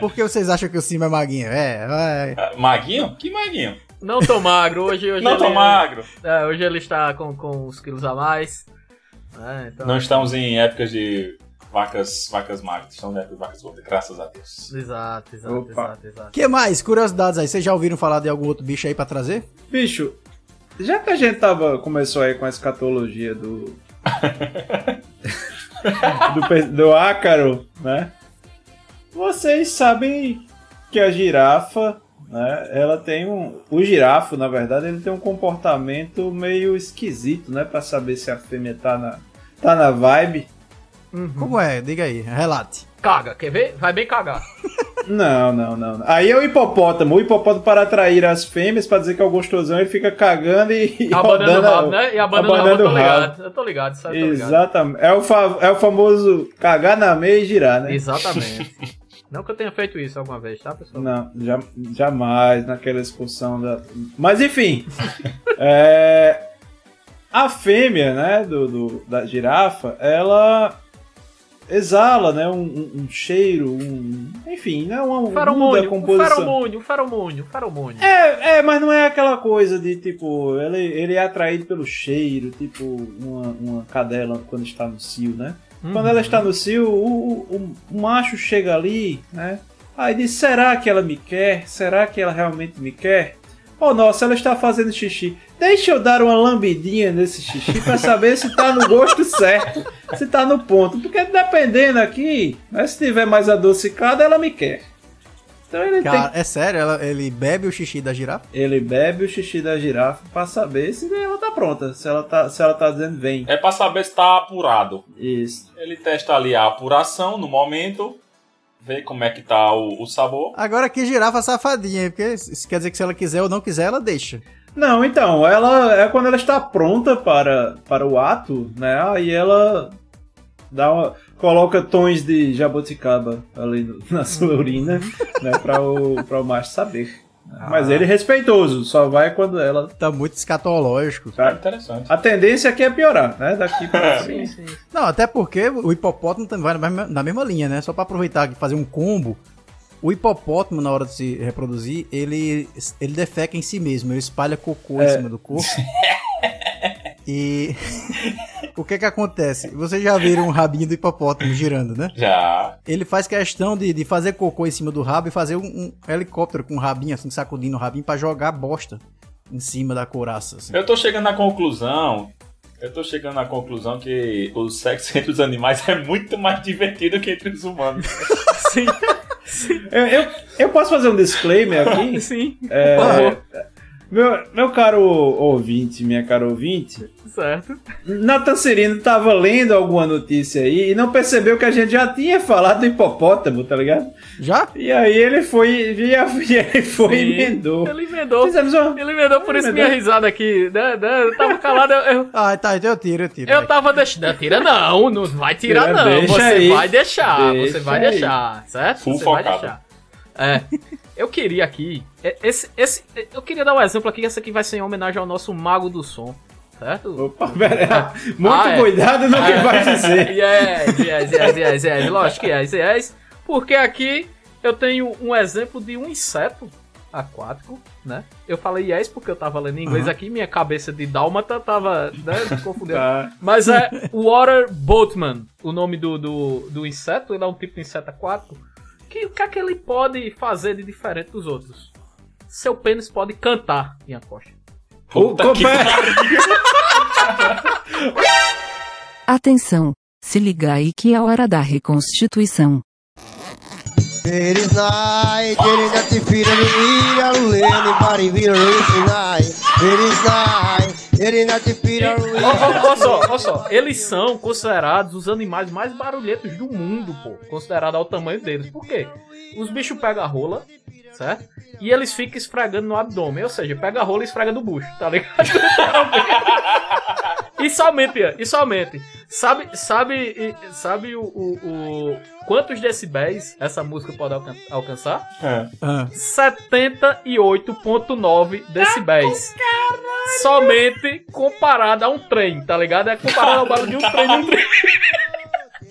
Speaker 2: Por que vocês acham que o Simba é maguinho? É, vai.
Speaker 4: Ah, Maguinho? Que maguinho?
Speaker 3: Não tô magro, hoje, hoje
Speaker 4: Não
Speaker 3: ele,
Speaker 4: tô magro.
Speaker 3: É, hoje ele está com, com uns quilos a mais. É, então,
Speaker 4: Não estamos em épocas de vacas, vacas magras, estamos em épocas de vacas gordas, graças a Deus.
Speaker 3: Exato, exato,
Speaker 7: Opa.
Speaker 3: exato, exato.
Speaker 2: que mais? Curiosidades aí. Vocês já ouviram falar de algum outro bicho aí pra trazer?
Speaker 7: Bicho, já que a gente tava, começou aí com a escatologia do. do, pe- do ácaro, né? Vocês sabem que a girafa, né? Ela tem um. O girafo, na verdade, ele tem um comportamento meio esquisito, né? Pra saber se a fêmea tá na, tá na vibe.
Speaker 2: Como é? Diga aí, relate.
Speaker 3: Caga, quer ver? Vai bem cagar.
Speaker 7: Não, não, não. não. Aí é o hipopótamo. O hipopótamo, para atrair as fêmeas, pra dizer que é o gostosão, ele fica cagando e, e
Speaker 3: Abanando o
Speaker 7: rodando. a-
Speaker 3: rabo, né? E abanando o rabo, eu tô
Speaker 7: abanando o rabo.
Speaker 3: ligado. Eu tô ligado, isso aí eu tô tá ligado.
Speaker 7: Exatamente. É o, fa- é o famoso cagar na meia e girar, né?
Speaker 3: Exatamente. não que eu tenha feito isso alguma vez, tá, pessoal?
Speaker 7: Não, já, jamais naquela excursão da. Mas enfim. é, a fêmea, né, do, do- da girafa, ela exala, né, um, um- um cheiro, um. Enfim, né, uma
Speaker 3: Um
Speaker 7: muda a
Speaker 3: Feromônio, um
Speaker 7: composição.
Speaker 3: feromônio, um feromônio, um feromônio.
Speaker 7: É, é, mas não é aquela coisa de tipo, ele, ele é atraído pelo cheiro, tipo uma, uma cadela quando está no cio, né? Quando ela está no cio, o, o- o macho chega ali, né? Aí diz: será que ela me quer? Será que ela realmente me quer? Oh, nossa, ela está fazendo xixi. Deixa eu dar uma lambidinha nesse xixi para saber se tá no gosto certo, se tá no ponto. Porque dependendo aqui, né, se tiver mais adocicada, ela me quer. Então ele tem
Speaker 2: Cara, é sério? Ela- ele bebe o xixi da girafa?
Speaker 7: ele bebe o xixi da girafa pra saber se ela tá pronta, se ela tá, se ela tá dizendo vem.
Speaker 4: É pra saber se tá apurado.
Speaker 7: Isso.
Speaker 4: Ele testa ali a apuração no momento, vê como é que tá o, o sabor.
Speaker 2: Agora que girafa safadinha, porque isso quer dizer que se ela quiser ou não quiser, ela deixa.
Speaker 7: Não, então, ela é quando ela está pronta para, para o ato, né? Aí ela dá uma, coloca tons de jabuticaba ali no- na sua urina, né, para o para o macho saber. Mas ele é respeitoso, só vai quando ela
Speaker 2: Tá muito escatológico.
Speaker 4: É
Speaker 7: tá.
Speaker 4: interessante.
Speaker 7: A tendência aqui é piorar, né? Daqui pra frente.
Speaker 2: Não, até porque o hipopótamo também vai na mesma- na mesma linha, né? Só pra aproveitar e fazer um combo. O hipopótamo, na hora de se reproduzir, ele, ele defeca em si mesmo. Ele espalha cocô em cima do corpo. e o que que acontece? Vocês já viram um rabinho do hipopótamo girando, né?
Speaker 4: Já.
Speaker 2: Ele faz questão de, de fazer cocô em cima do rabo e fazer um, um helicóptero com o rabinho, assim, sacudindo o rabinho pra jogar bosta em cima da couraça. assim.
Speaker 4: Eu tô chegando à conclusão. Eu tô chegando à conclusão que o sexo entre os animais é muito mais divertido que entre os humanos.
Speaker 3: Sim,
Speaker 7: Eu, eu, eu posso fazer um disclaimer aqui?
Speaker 3: sim,
Speaker 7: É, meu, meu caro ouvinte, minha cara ouvinte,
Speaker 3: certo.
Speaker 7: Nathan Cirino tava lendo alguma notícia aí e não percebeu que a gente já tinha falado do hipopótamo, tá ligado?
Speaker 2: Já?
Speaker 7: E aí ele foi e a- e ele foi e emendou.
Speaker 3: Ele emendou.
Speaker 7: Fizemos uma-
Speaker 3: Ele emendou, por
Speaker 7: Ele
Speaker 3: isso
Speaker 7: emendou.
Speaker 3: minha risada aqui. Né, né, eu tava calado, eu, eu-
Speaker 2: Ah, tá, então eu tiro, eu tiro.
Speaker 3: eu tava deixando. Não, tira não, não vai tirar
Speaker 7: Tira,
Speaker 3: não.
Speaker 7: deixa
Speaker 3: você
Speaker 7: aí.
Speaker 3: vai deixar, você
Speaker 7: Deixa
Speaker 3: vai
Speaker 7: aí.
Speaker 3: deixar, certo?
Speaker 4: Full
Speaker 3: você vai
Speaker 4: focado.
Speaker 3: deixar. É. Eu queria aqui. é, Esse, esse, eu queria dar um exemplo aqui, essa aqui vai ser em homenagem ao nosso mago do som, certo?
Speaker 7: Opa, pera. Muito
Speaker 3: Ah, é.
Speaker 7: cuidado no que
Speaker 3: Ah,
Speaker 7: vai dizer.
Speaker 3: Yes, yes, yes, yes, yes. Lógico que yes, yes. Porque aqui eu tenho um exemplo de um inseto aquático, né? Eu falei yes porque eu tava lendo em inglês aqui, minha cabeça de dálmata tava né, confundendo.
Speaker 7: Tá.
Speaker 3: Mas é Water Boatman, o nome do, do, do inseto. Ele é um tipo de inseto aquático. Que, o que é que ele pode fazer de diferente dos outros? Seu pênis pode cantar, minha coxa.
Speaker 4: Puta
Speaker 7: Ô,
Speaker 4: que
Speaker 7: pera.
Speaker 1: Atenção! Se liga aí que é hora da reconstituição.
Speaker 3: Ó, ó, ó só, ó só. Eles são considerados os animais mais barulhentos do mundo, pô. Considerado ao tamanho deles. Por quê? Os bichos pegam a rola, certo? E eles ficam esfregando no abdômen. Ou seja, pega a rola e esfrega do bucho, tá ligado? e somente, e somente. Sabe, sabe, e- sabe o, o- o- quantos decibéis essa música pode alcan- alcançar?
Speaker 4: É.
Speaker 2: Ah.
Speaker 3: 78.9 decibéis. Somente comparado a um trem, tá ligado? É comparado ao barulho de um trem, de um trem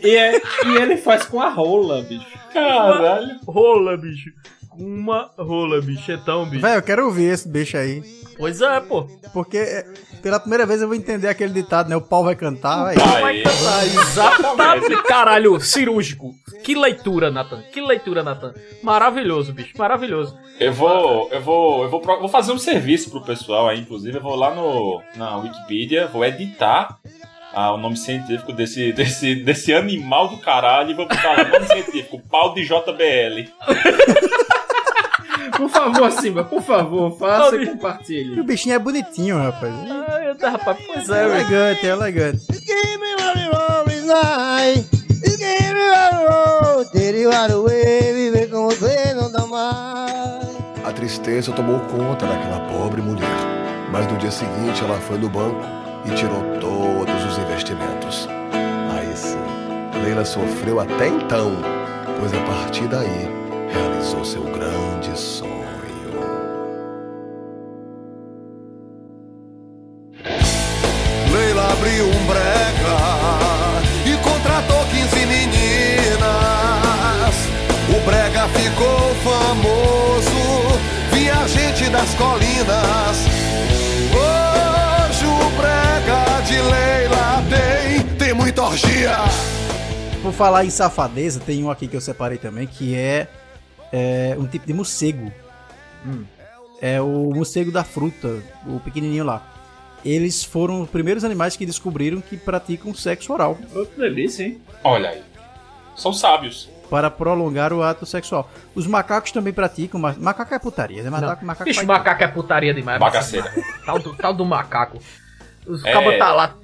Speaker 7: E, é- e ele faz com a rola, bicho.
Speaker 4: Caralho.
Speaker 3: rola, bicho. uma rola, bicho. É tão, bicho.
Speaker 2: Velho, eu quero ouvir esse bicho aí.
Speaker 3: Pois é, pô.
Speaker 2: Porque é, pela primeira vez eu vou entender aquele ditado, né? O pau vai cantar, velho.
Speaker 4: Aí, tá
Speaker 3: Exatamente. Tá Caralho, cirúrgico. Que leitura, Natan. Que leitura, Natan. Maravilhoso, bicho. Maravilhoso.
Speaker 4: eu vou, eu vou, eu vou, pro- vou fazer um serviço pro pessoal aí, inclusive, eu vou lá no na Wikipedia, vou editar ah, o nome científico desse, desse, desse animal do caralho e vou botar lá o nome científico, pau de JBL.
Speaker 7: Por favor, Simba, por favor, faça e
Speaker 3: Não,
Speaker 2: E o
Speaker 7: compartilhe.
Speaker 2: bichinho é bonitinho, rapaz.
Speaker 3: Ai, tá, rapaz, pois
Speaker 2: É
Speaker 3: é, velho.
Speaker 2: elegante, é elegante.
Speaker 11: A tristeza tomou conta daquela pobre mulher, mas no dia seguinte ela foi no banco e tirou todos os investimentos. Aí sim, Leila sofreu até então, pois a partir daí realizou seu grande sonho. Leila abriu um brega e contratou 15 meninas. O brega ficou famoso, via gente das colinas. Hoje o brega de Leila tem, tem muita orgia.
Speaker 2: Por falar em safadeza, tem um aqui que eu separei também, que é, é, um tipo de morcego. É o morcego da fruta, o pequenininho lá. Eles foram os primeiros animais que descobriram que praticam sexo oral
Speaker 7: Ô, que delícia, hein?
Speaker 4: Olha aí. São sábios.
Speaker 2: para prolongar o ato sexual. Os macacos também praticam, mas macaco é putaria, né? Macaco, macaco
Speaker 3: Bicho,
Speaker 2: faz-
Speaker 3: macaco é putaria demais.
Speaker 4: Bagaceira.
Speaker 3: Tal do, tal do macaco. Os
Speaker 4: É.
Speaker 3: cabos tá lá.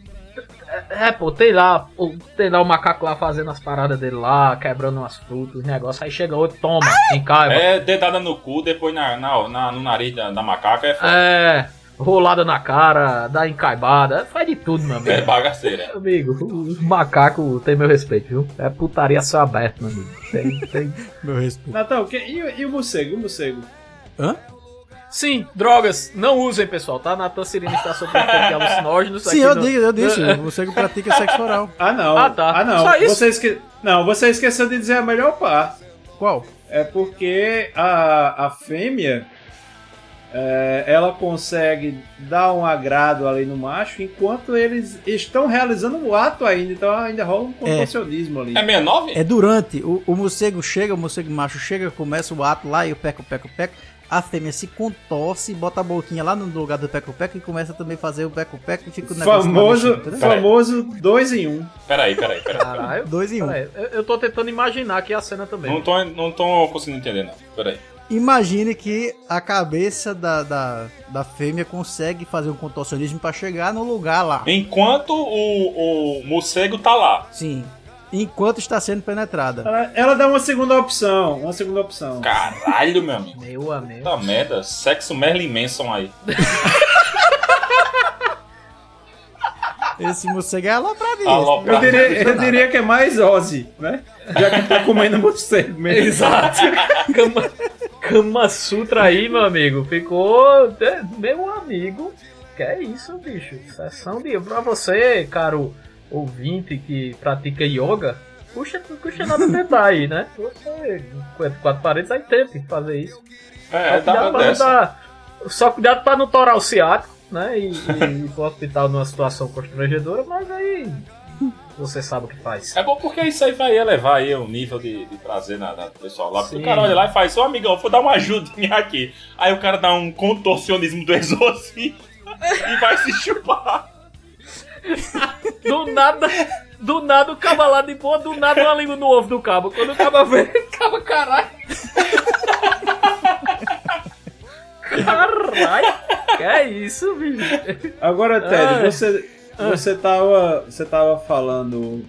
Speaker 3: É, é, pô, tem lá, pô, tem lá o macaco lá fazendo as paradas dele lá, quebrando umas frutas, os negócios. Aí chega outro, toma, encaiva. É.
Speaker 4: É dedada no cu, depois na, na, na- no nariz da, da macaca é foda.
Speaker 3: rolada na cara, dá encaibada, faz de tudo, meu
Speaker 4: É
Speaker 3: amigo.
Speaker 4: bagaceira.
Speaker 3: Meu Amigo, os macacos tem meu respeito, viu? É putaria só aberta, meu amigo. Tem, tem...
Speaker 2: Meu respeito.
Speaker 7: Natal, que- e, o- e o morcego? O morcego?
Speaker 2: Hã?
Speaker 3: Sim, drogas, não usem, pessoal, tá? Natan Cirino está sob efeito de alucinógenos.
Speaker 2: Sim, eu, digo, eu disse, o morcego pratica sexo oral.
Speaker 7: Ah, não.
Speaker 3: Ah, tá.
Speaker 7: não.
Speaker 3: Só isso?
Speaker 7: Você esque... Não, você esqueceu de dizer a melhor parte.
Speaker 2: Qual?
Speaker 7: É porque a, a fêmea é, ela consegue dar um agrado ali no macho enquanto eles estão realizando o ato ainda. Então ainda rola um contorcionismo ali.
Speaker 4: É 69?
Speaker 2: É durante. O, o morcego chega, o morcego macho chega, começa o ato lá e o peco, peco, peco. A fêmea se contorce, bota a boquinha lá no lugar do peco, peco e começa também a fazer o peco, peco e fica o negócio né? lá
Speaker 7: famoso,
Speaker 2: mexendo, entendeu?
Speaker 7: famoso dois em um.
Speaker 4: Peraí, peraí, peraí.
Speaker 3: Caralho.
Speaker 2: Dois em um.
Speaker 3: Peraí, É, eu, eu tô tentando imaginar aqui a cena também.
Speaker 4: Não tô, não tô conseguindo entender, não. Peraí.
Speaker 2: Imagine que a cabeça da, da, da fêmea consegue fazer um contorcionismo pra chegar no lugar lá.
Speaker 4: Enquanto o, o morcego tá lá.
Speaker 2: Sim. Enquanto está sendo penetrada.
Speaker 7: Ela, ela dá uma segunda opção. Uma segunda opção.
Speaker 4: Caralho, meu amigo.
Speaker 3: Meu amigo.
Speaker 4: Puta merda. Sexo Merlin Manson aí.
Speaker 2: Esse morcego é alopradinho.
Speaker 4: Alopra-
Speaker 7: Eu diria, eu diria que é mais Ozzy, né? Já que tá comendo morcego mesmo.
Speaker 3: Exato. Kama, Kama Sutra aí, meu amigo. Ficou. é, Meu amigo. Que é isso, bicho. Sessão de. Pra você, caro ouvinte que pratica yoga, puxa, não custa nada tentar aí, né? Você, com as quatro paredes, aí tenta fazer isso. Só
Speaker 4: É, dá
Speaker 3: cuidado
Speaker 4: uma
Speaker 3: pra não
Speaker 4: dessa.
Speaker 3: dar- Só cuidado pra não torar o ciático, né? E, e ir pro hospital numa situação constrangedora, mas aí. Você sabe o que faz.
Speaker 4: É bom porque isso aí vai elevar aí o nível de, de prazer na, na do pessoal lá. Porque
Speaker 3: Sim.
Speaker 4: o cara olha lá e faz, ô amigão, vou dar uma ajudinha aqui. Aí o cara dá um contorcionismo do exorcismo e vai se chupar.
Speaker 3: Do nada, do nada o cabo lá de boa, do nada uma língua no ovo do cabo. Quando o cabo vê, o cabo caralho. Caralho, que é isso, bicho?
Speaker 7: Agora,
Speaker 3: Ah.
Speaker 7: Ted, você, você, tava, você tava falando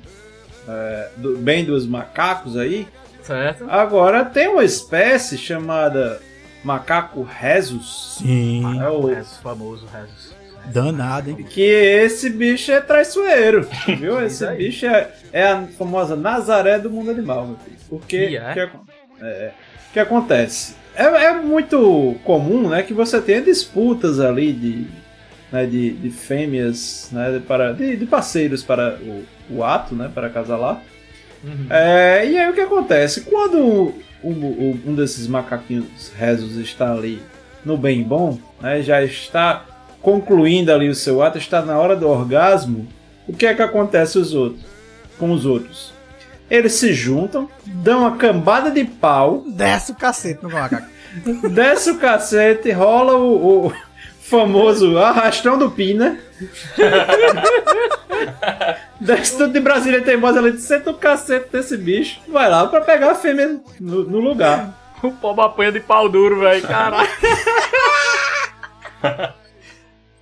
Speaker 7: é, do- bem dos macacos aí.
Speaker 3: Certo?
Speaker 7: Agora tem uma espécie chamada macaco resus.
Speaker 2: Sim.
Speaker 7: É o-
Speaker 3: Rezos, famoso Rezos.
Speaker 2: Danado, hein?
Speaker 7: que esse bicho é traiçoeiro, viu?
Speaker 3: Isso
Speaker 7: Esse
Speaker 3: aí.
Speaker 7: bicho é, é a famosa Nazaré do mundo animal, meu filho. Porque
Speaker 3: E é.
Speaker 7: que, acon- é, que acontece? É, é muito comum, né, que você tenha disputas ali de, né, de, de fêmeas, né, de, para, de, de parceiros para o, o ato, né, para casalar.
Speaker 3: Uhum.
Speaker 7: É, e aí o que acontece? Quando o, o- o- um desses macaquinhos rezos está ali no bem bom, né, já está concluindo ali o seu ato, está na hora do orgasmo, o que é que acontece os outros, com os outros? Eles se juntam, dão uma cambada de pau.
Speaker 2: Desce o cacete no macaco.
Speaker 7: Desce o cacete, rola o, o famoso arrastão do Pina. Desce tudo de Brasília Teimosa, ela disse, senta o cacete desse bicho, vai lá pra pegar a fêmea no, no lugar.
Speaker 3: O povo apanha de pau duro, velho. Caralho.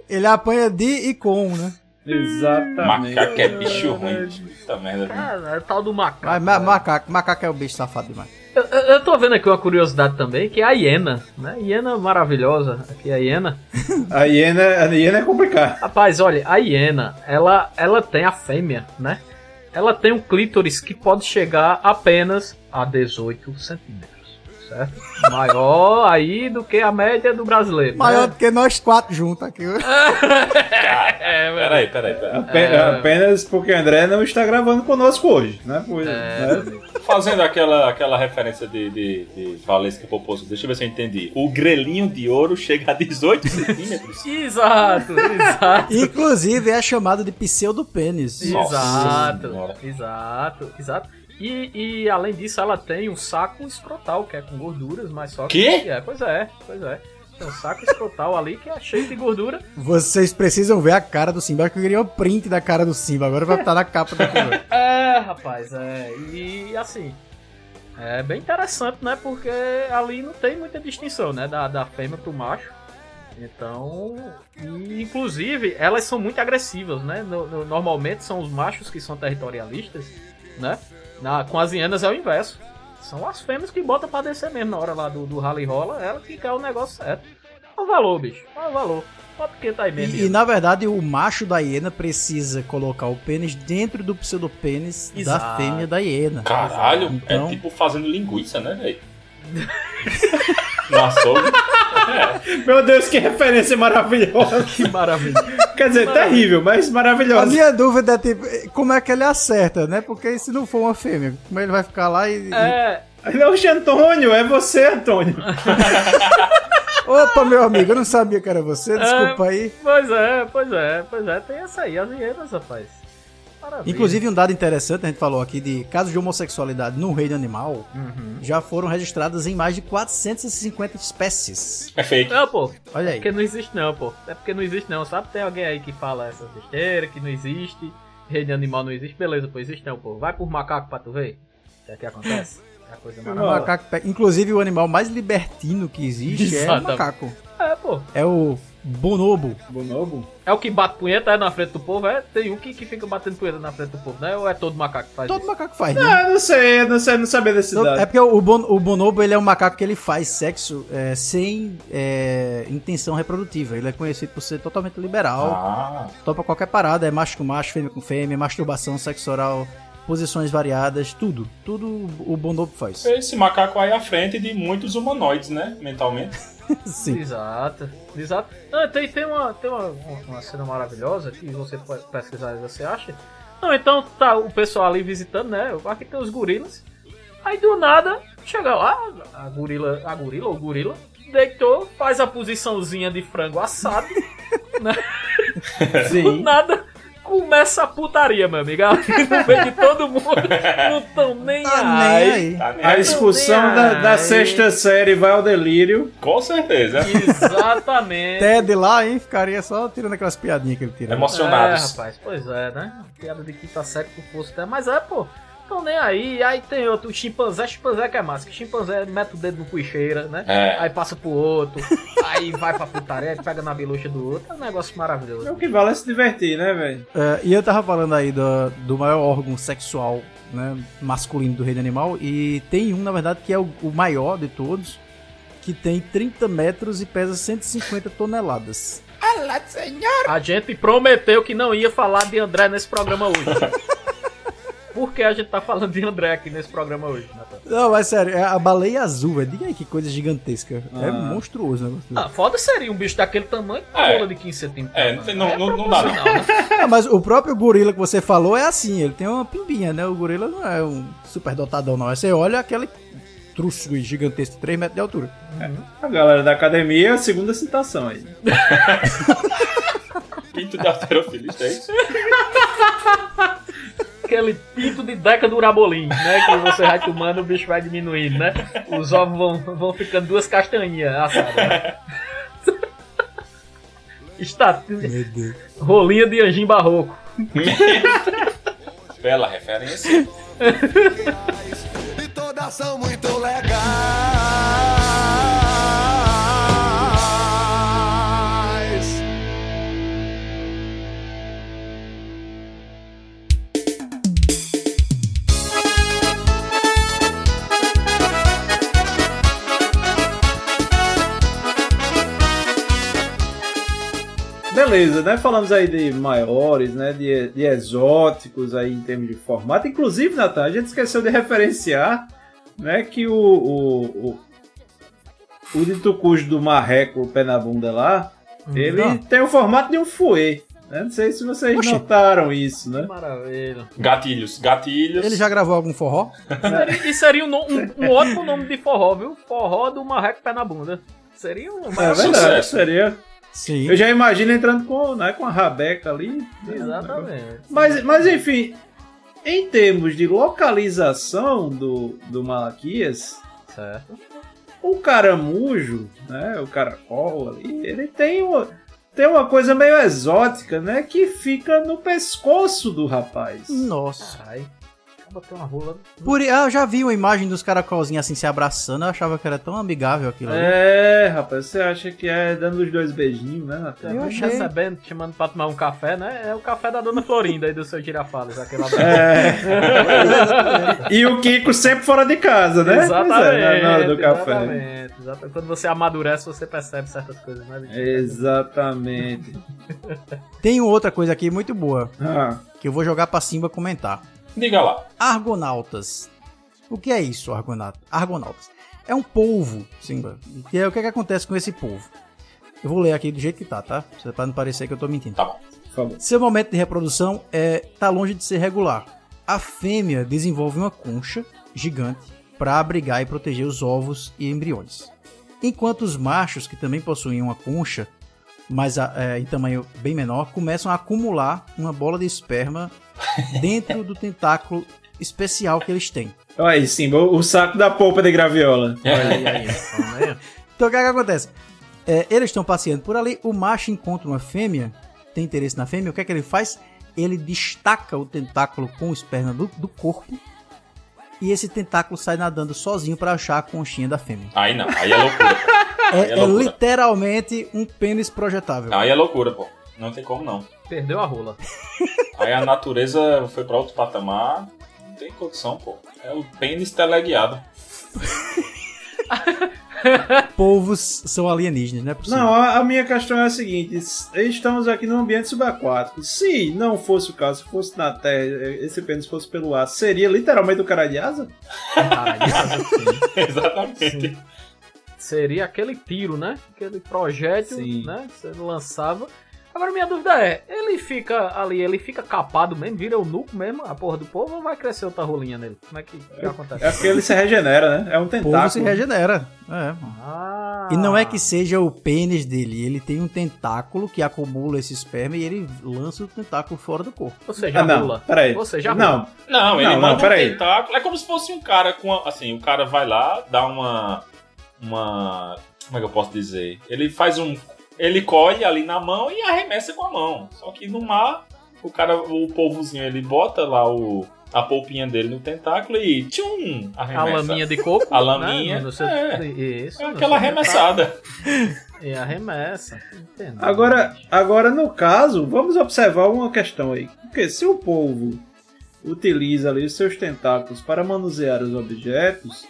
Speaker 2: Ele apanha de e com, né?
Speaker 7: Exatamente.
Speaker 4: Macaco é bicho ruim. Puta merda.
Speaker 3: Caralho, É, tal do macaco.
Speaker 2: Mas, ma- macaco, macaco é o bicho safado demais.
Speaker 3: Eu, eu- eu tô vendo aqui uma curiosidade também, que é a hiena, né? Hiena maravilhosa, aqui é a hiena.
Speaker 7: A hiena, a hiena é complicada.
Speaker 3: Rapaz, olha, a hiena, ela, ela tem a fêmea, né? Ela tem um clítoris que pode chegar apenas a 18 centímetros, certo? Maior aí do que a média do brasileiro.
Speaker 2: Maior
Speaker 3: né?
Speaker 2: do que nós quatro juntos aqui.
Speaker 3: É, velho.
Speaker 4: Peraí, peraí, peraí.
Speaker 7: Ape- Apenas porque André não está gravando conosco hoje, né? Pois, né?
Speaker 4: Fazendo aquela, aquela referência de, de, de Valesca Poposo, deixa eu ver se eu entendi. O grelhinho de ouro chega a 18 centímetros.
Speaker 3: Exato, exato.
Speaker 2: Inclusive é chamado de pseudo-pênis.
Speaker 4: Nossa
Speaker 3: Exato,
Speaker 4: Senhora.
Speaker 3: exato, exato. E, e, além disso, ela tem um saco escrotal, que é com gorduras, mas só
Speaker 4: Quê?
Speaker 3: que. É, pois é, pois é. Tem um saco escrotal ali que é cheio de gordura.
Speaker 2: Vocês precisam ver a cara do Simba, que eu queria o print da cara do Simba, agora vai estar na capa da cover.
Speaker 3: É, rapaz, é. E assim. É bem interessante, né? Porque ali não tem muita distinção, né? Da, da fêmea pro macho. Então. E, inclusive, elas são muito agressivas, né? No- no- normalmente são os machos que são territorialistas, né? Na, com as hienas é o inverso. São as fêmeas que botam pra descer mesmo na hora lá do, do rally rola, é ela que quer o negócio certo. Olha o valor, bicho. Olha o valor. Olha porque tá aí mesmo.
Speaker 2: E, e, na verdade o macho da hiena precisa colocar o pênis dentro do pseudo-pênis da
Speaker 3: Exato.
Speaker 2: fêmea da hiena.
Speaker 4: Caralho,
Speaker 2: Então-
Speaker 4: é tipo fazendo linguiça, né, velho? No açougue.
Speaker 7: Meu Deus, que referência maravilhosa.
Speaker 3: Que maravilha.
Speaker 7: Quer dizer, terrível, mas
Speaker 2: A
Speaker 7: maravilhosa.
Speaker 2: minha dúvida é tipo, como é que ele acerta, né? Porque se não for uma fêmea, como ele vai ficar lá e.
Speaker 3: É,
Speaker 7: Oxe, Antônio, é você, Antônio.
Speaker 2: Opa, meu amigo, eu não sabia que era você, desculpa aí.
Speaker 3: Pois é, pois é, pois é, tem essa aí, as hienas, rapaz. Maravilha.
Speaker 2: Inclusive, um dado interessante, a gente falou aqui de casos de homossexualidade no reino animal,
Speaker 3: Uhum.
Speaker 2: já foram registradas em mais de 450 espécies.
Speaker 4: É fake.
Speaker 3: Não, pô,
Speaker 2: Olha
Speaker 3: é
Speaker 2: aí.
Speaker 3: porque não existe não, pô. É porque não existe não, sabe? Tem alguém aí que fala essas besteiras, que não existe, rede animal não existe, beleza, pô, existe não, pô. Vai por macaco pra tu ver. O que é que acontece? É a coisa
Speaker 2: O
Speaker 3: maravilhosa.
Speaker 2: macaco pega- Inclusive, o animal mais libertino que existe é o
Speaker 3: Exatamente.
Speaker 2: macaco.
Speaker 3: É, pô.
Speaker 2: É o bonobo.
Speaker 7: Bonobo?
Speaker 3: É o que bate punheta é na frente do povo, é. Tem um que, que fica batendo punheta na frente do povo, né? Ou é todo macaco que faz
Speaker 2: Todo
Speaker 3: isso?
Speaker 2: macaco faz, né?
Speaker 7: Ah, eu não sei, eu não sei, eu não sabia desse
Speaker 2: Não,
Speaker 7: dado.
Speaker 2: É porque o, bon- o bonobo ele é um macaco que ele faz sexo é, sem é, intenção reprodutiva. Ele é conhecido por ser totalmente liberal,
Speaker 4: Ah,
Speaker 2: topa qualquer parada, é macho com macho, fêmea com fêmea, masturbação, sexo oral, posições variadas, tudo. Tudo o bonobo faz.
Speaker 4: esse macaco aí à frente de muitos humanoides, né? Mentalmente.
Speaker 2: Sim.
Speaker 3: Exato, exato. Não, tem, tem, uma, tem uma, uma cena maravilhosa que você pode pesquisar e você acha. Não, então tá o pessoal ali visitando, né? Aqui tem os gorilas. Aí do nada, chega lá, a gorila, a gorila ou gorila, deitou, faz a posiçãozinha de frango assado, do
Speaker 7: Sim.
Speaker 3: nada. Começa a putaria, meu amigo. Ali No meio de todo mundo. Não tão nem
Speaker 2: Tá
Speaker 3: aí.
Speaker 2: nem aí.
Speaker 4: Tá, né?
Speaker 7: A expulsão da, da sexta série vai ao delírio.
Speaker 4: Com certeza.
Speaker 3: Exatamente.
Speaker 2: Ted lá, hein? Ficaria só tirando aquelas piadinhas que ele tira.
Speaker 3: É,
Speaker 4: Emocionados.
Speaker 3: rapaz, pois é, né? Piada de quinta série com fosse até. Mas é, pô. Então nem aí. Aí tem outro, o chimpanzé, chimpanzé que é massa. Que chimpanzé mete o dedo no puixeira, né?
Speaker 4: É.
Speaker 3: Aí passa pro outro, aí vai pra putaria, aí pega na bilucha do outro. É um negócio
Speaker 7: É o
Speaker 3: maravilhoso.
Speaker 7: que vale é se divertir, né, velho?
Speaker 2: É, e eu tava falando aí do, do maior órgão sexual né, masculino do reino animal, e tem um, na verdade, que é o, o maior de todos, que tem 30 metros e pesa 150 toneladas.
Speaker 3: A gente prometeu que não ia falar de André nesse programa hoje. Por que a gente tá falando de André aqui nesse programa hoje, Natan?
Speaker 2: Não, mas sério, é a baleia azul, velho. Diga aí que coisa gigantesca. É
Speaker 7: Ah.
Speaker 2: monstruoso o negócio.
Speaker 3: Ah, foda seria um bicho daquele tamanho com
Speaker 4: É.
Speaker 3: rola de 15 centímetros.
Speaker 4: É, não tem- não- não- não dá, não.
Speaker 3: proporcional, né?
Speaker 2: Ah, mas o próprio gorila que você falou é assim, ele tem uma pimbinha, né? O gorila não é um super dotadão, não. Aí você olha aquele trúcido e gigantesco, 3 metros de altura.
Speaker 7: A galera da academia é a segunda citação aí.
Speaker 4: Pinto de alterofilista, é isso?
Speaker 3: Aquele pinto de década urabolim, né? Que você vai tomando, o bicho vai diminuindo, né? Os ovos vão, vão ficando duas castanhinhas assadas. Né? Estatu...
Speaker 2: Meu Deus.
Speaker 3: Rolinha de anjinho barroco.
Speaker 4: Bela referência.
Speaker 5: E todas são muito legais.
Speaker 7: Beleza, né? Falamos aí de maiores, né? De, de exóticos aí em termos de formato. Inclusive, Natan, a gente esqueceu de referenciar, né? Que o. O, o, o de Tucujo do Marreco, o pé na bunda lá, ele
Speaker 2: Não.
Speaker 7: tem o formato de um fuê. né? Não sei se vocês
Speaker 2: Oxi.
Speaker 7: notaram isso, né?
Speaker 3: Maravilha.
Speaker 4: Gatilhos, gatilhos.
Speaker 2: Ele já gravou algum forró?
Speaker 3: Isso seria um, no- um- um ótimo nome de forró, viu? Forró do marreco pé na bunda. Seria um
Speaker 7: É
Speaker 3: maior
Speaker 7: verdade,
Speaker 4: sucesso.
Speaker 7: seria.
Speaker 2: Sim.
Speaker 7: Eu já imagino entrando com, né, com a rabeca ali. né?
Speaker 3: Exatamente.
Speaker 7: Mas, mas enfim, em termos de localização do, do Malaquias,
Speaker 3: Certo.
Speaker 7: o caramujo, né, o caracol ali, ele tem, o, tem uma coisa meio exótica, né, que fica no pescoço do rapaz.
Speaker 2: Nossa.
Speaker 3: Ai. Acaba ter uma rola.
Speaker 2: Por, ah, eu já vi uma imagem dos caracolzinhos assim se abraçando, eu achava que era tão amigável aquilo ali.
Speaker 7: É, rapaz, você acha que é dando os dois beijinhos, né, Natália?
Speaker 2: Eu achei.
Speaker 3: Recebendo, te chamando pra tomar um café, né? É o café da dona Florinda aí do seu girafales, aquela
Speaker 7: É. e o Kiko sempre fora de casa, né? Pois é,
Speaker 3: Exatamente.
Speaker 7: na, na hora do café. né?
Speaker 3: Exatamente, exatamente. Quando você amadurece, você percebe certas coisas, né? bicho?
Speaker 7: Exatamente.
Speaker 2: Tem outra coisa aqui muito boa,
Speaker 7: Ah,
Speaker 2: que eu vou jogar pra Simba comentar.
Speaker 4: Diga lá.
Speaker 2: Argonautas. O que é isso, Argonautas? Argonautas. É um polvo, Simba. E é o que, é que acontece com esse polvo? Eu vou ler aqui do jeito que tá, tá? Pra não parecer que eu tô mentindo.
Speaker 4: Tá bom.
Speaker 7: por favor.
Speaker 2: Seu momento de reprodução é tá longe de ser regular. A fêmea desenvolve uma concha gigante para abrigar e proteger os ovos e embriões. Enquanto os machos, que também possuem uma concha, mas a- é, em tamanho bem menor, começam a acumular uma bola de esperma dentro do tentáculo especial que eles têm.
Speaker 7: Olha aí, Simba, o o saco da polpa de graviola.
Speaker 3: Olha aí, então, né?
Speaker 2: Então o que, é que acontece? É, eles estão passeando por ali, o macho encontra uma fêmea, tem interesse na fêmea, o que é que ele faz? Ele destaca o tentáculo com os pernas do, do corpo e esse tentáculo sai nadando sozinho para achar a conchinha da fêmea.
Speaker 4: Aí não, aí é loucura. pô.
Speaker 2: É,
Speaker 4: é
Speaker 2: é
Speaker 4: loucura.
Speaker 2: literalmente um pênis projetável.
Speaker 4: Não, aí é loucura, pô. Não tem como não.
Speaker 3: Perdeu a rola.
Speaker 4: Aí a natureza foi pra outro patamar. Não tem condição, pô. É o pênis teleguiado.
Speaker 2: Povos são alienígenas, né? Por
Speaker 7: Não, a, a minha questão é a seguinte: s- estamos aqui num ambiente subaquático. Se não fosse o caso, se fosse na Terra, eh, esse pênis fosse pelo ar, seria literalmente o cara de asa?
Speaker 3: Caralho, assim.
Speaker 4: Exatamente.
Speaker 3: Sim. Seria aquele tiro, né? Aquele projétil,
Speaker 7: Sim.
Speaker 3: né? Que você lançava. Agora minha dúvida é, ele fica ali, ele fica capado mesmo, vira o nuco mesmo, a porra do povo, ou vai crescer outra rolinha nele? Como é que, que acontece?
Speaker 7: É porque ele se regenera, né? É um
Speaker 2: O povo se
Speaker 7: tentáculo.
Speaker 2: regenera. É, mano.
Speaker 3: Ah.
Speaker 2: E não é que seja o pênis dele, ele tem um tentáculo que acumula esse esperma e ele lança o tentáculo fora do corpo.
Speaker 3: Ou seja,
Speaker 7: Ah,
Speaker 3: a
Speaker 7: não,
Speaker 3: rola.
Speaker 7: peraí.
Speaker 3: Você já
Speaker 7: não,
Speaker 4: Não, ele
Speaker 7: Não,
Speaker 4: manda
Speaker 7: não, peraí.
Speaker 4: um tentáculo. É como se fosse um cara com. a- assim, o cara vai lá, dá uma. Uma. Como é que eu posso dizer? Ele faz um. Ele colhe ali na mão e arremessa com a mão. Só que no mar, o cara, o povozinho, ele bota lá o. A polpinha dele no tentáculo e tchum! Arremessa.
Speaker 3: A laminha de coco.
Speaker 4: É A laminha,
Speaker 3: Né? No- no seu-
Speaker 4: é.
Speaker 3: Isso.
Speaker 4: É
Speaker 3: no
Speaker 4: aquela
Speaker 3: seu-
Speaker 4: arremessada.
Speaker 3: É arremessa. Entendeu?
Speaker 7: Agora, agora, no caso, vamos observar uma questão aí. Porque se o povo utiliza ali os seus tentáculos para manusear os objetos,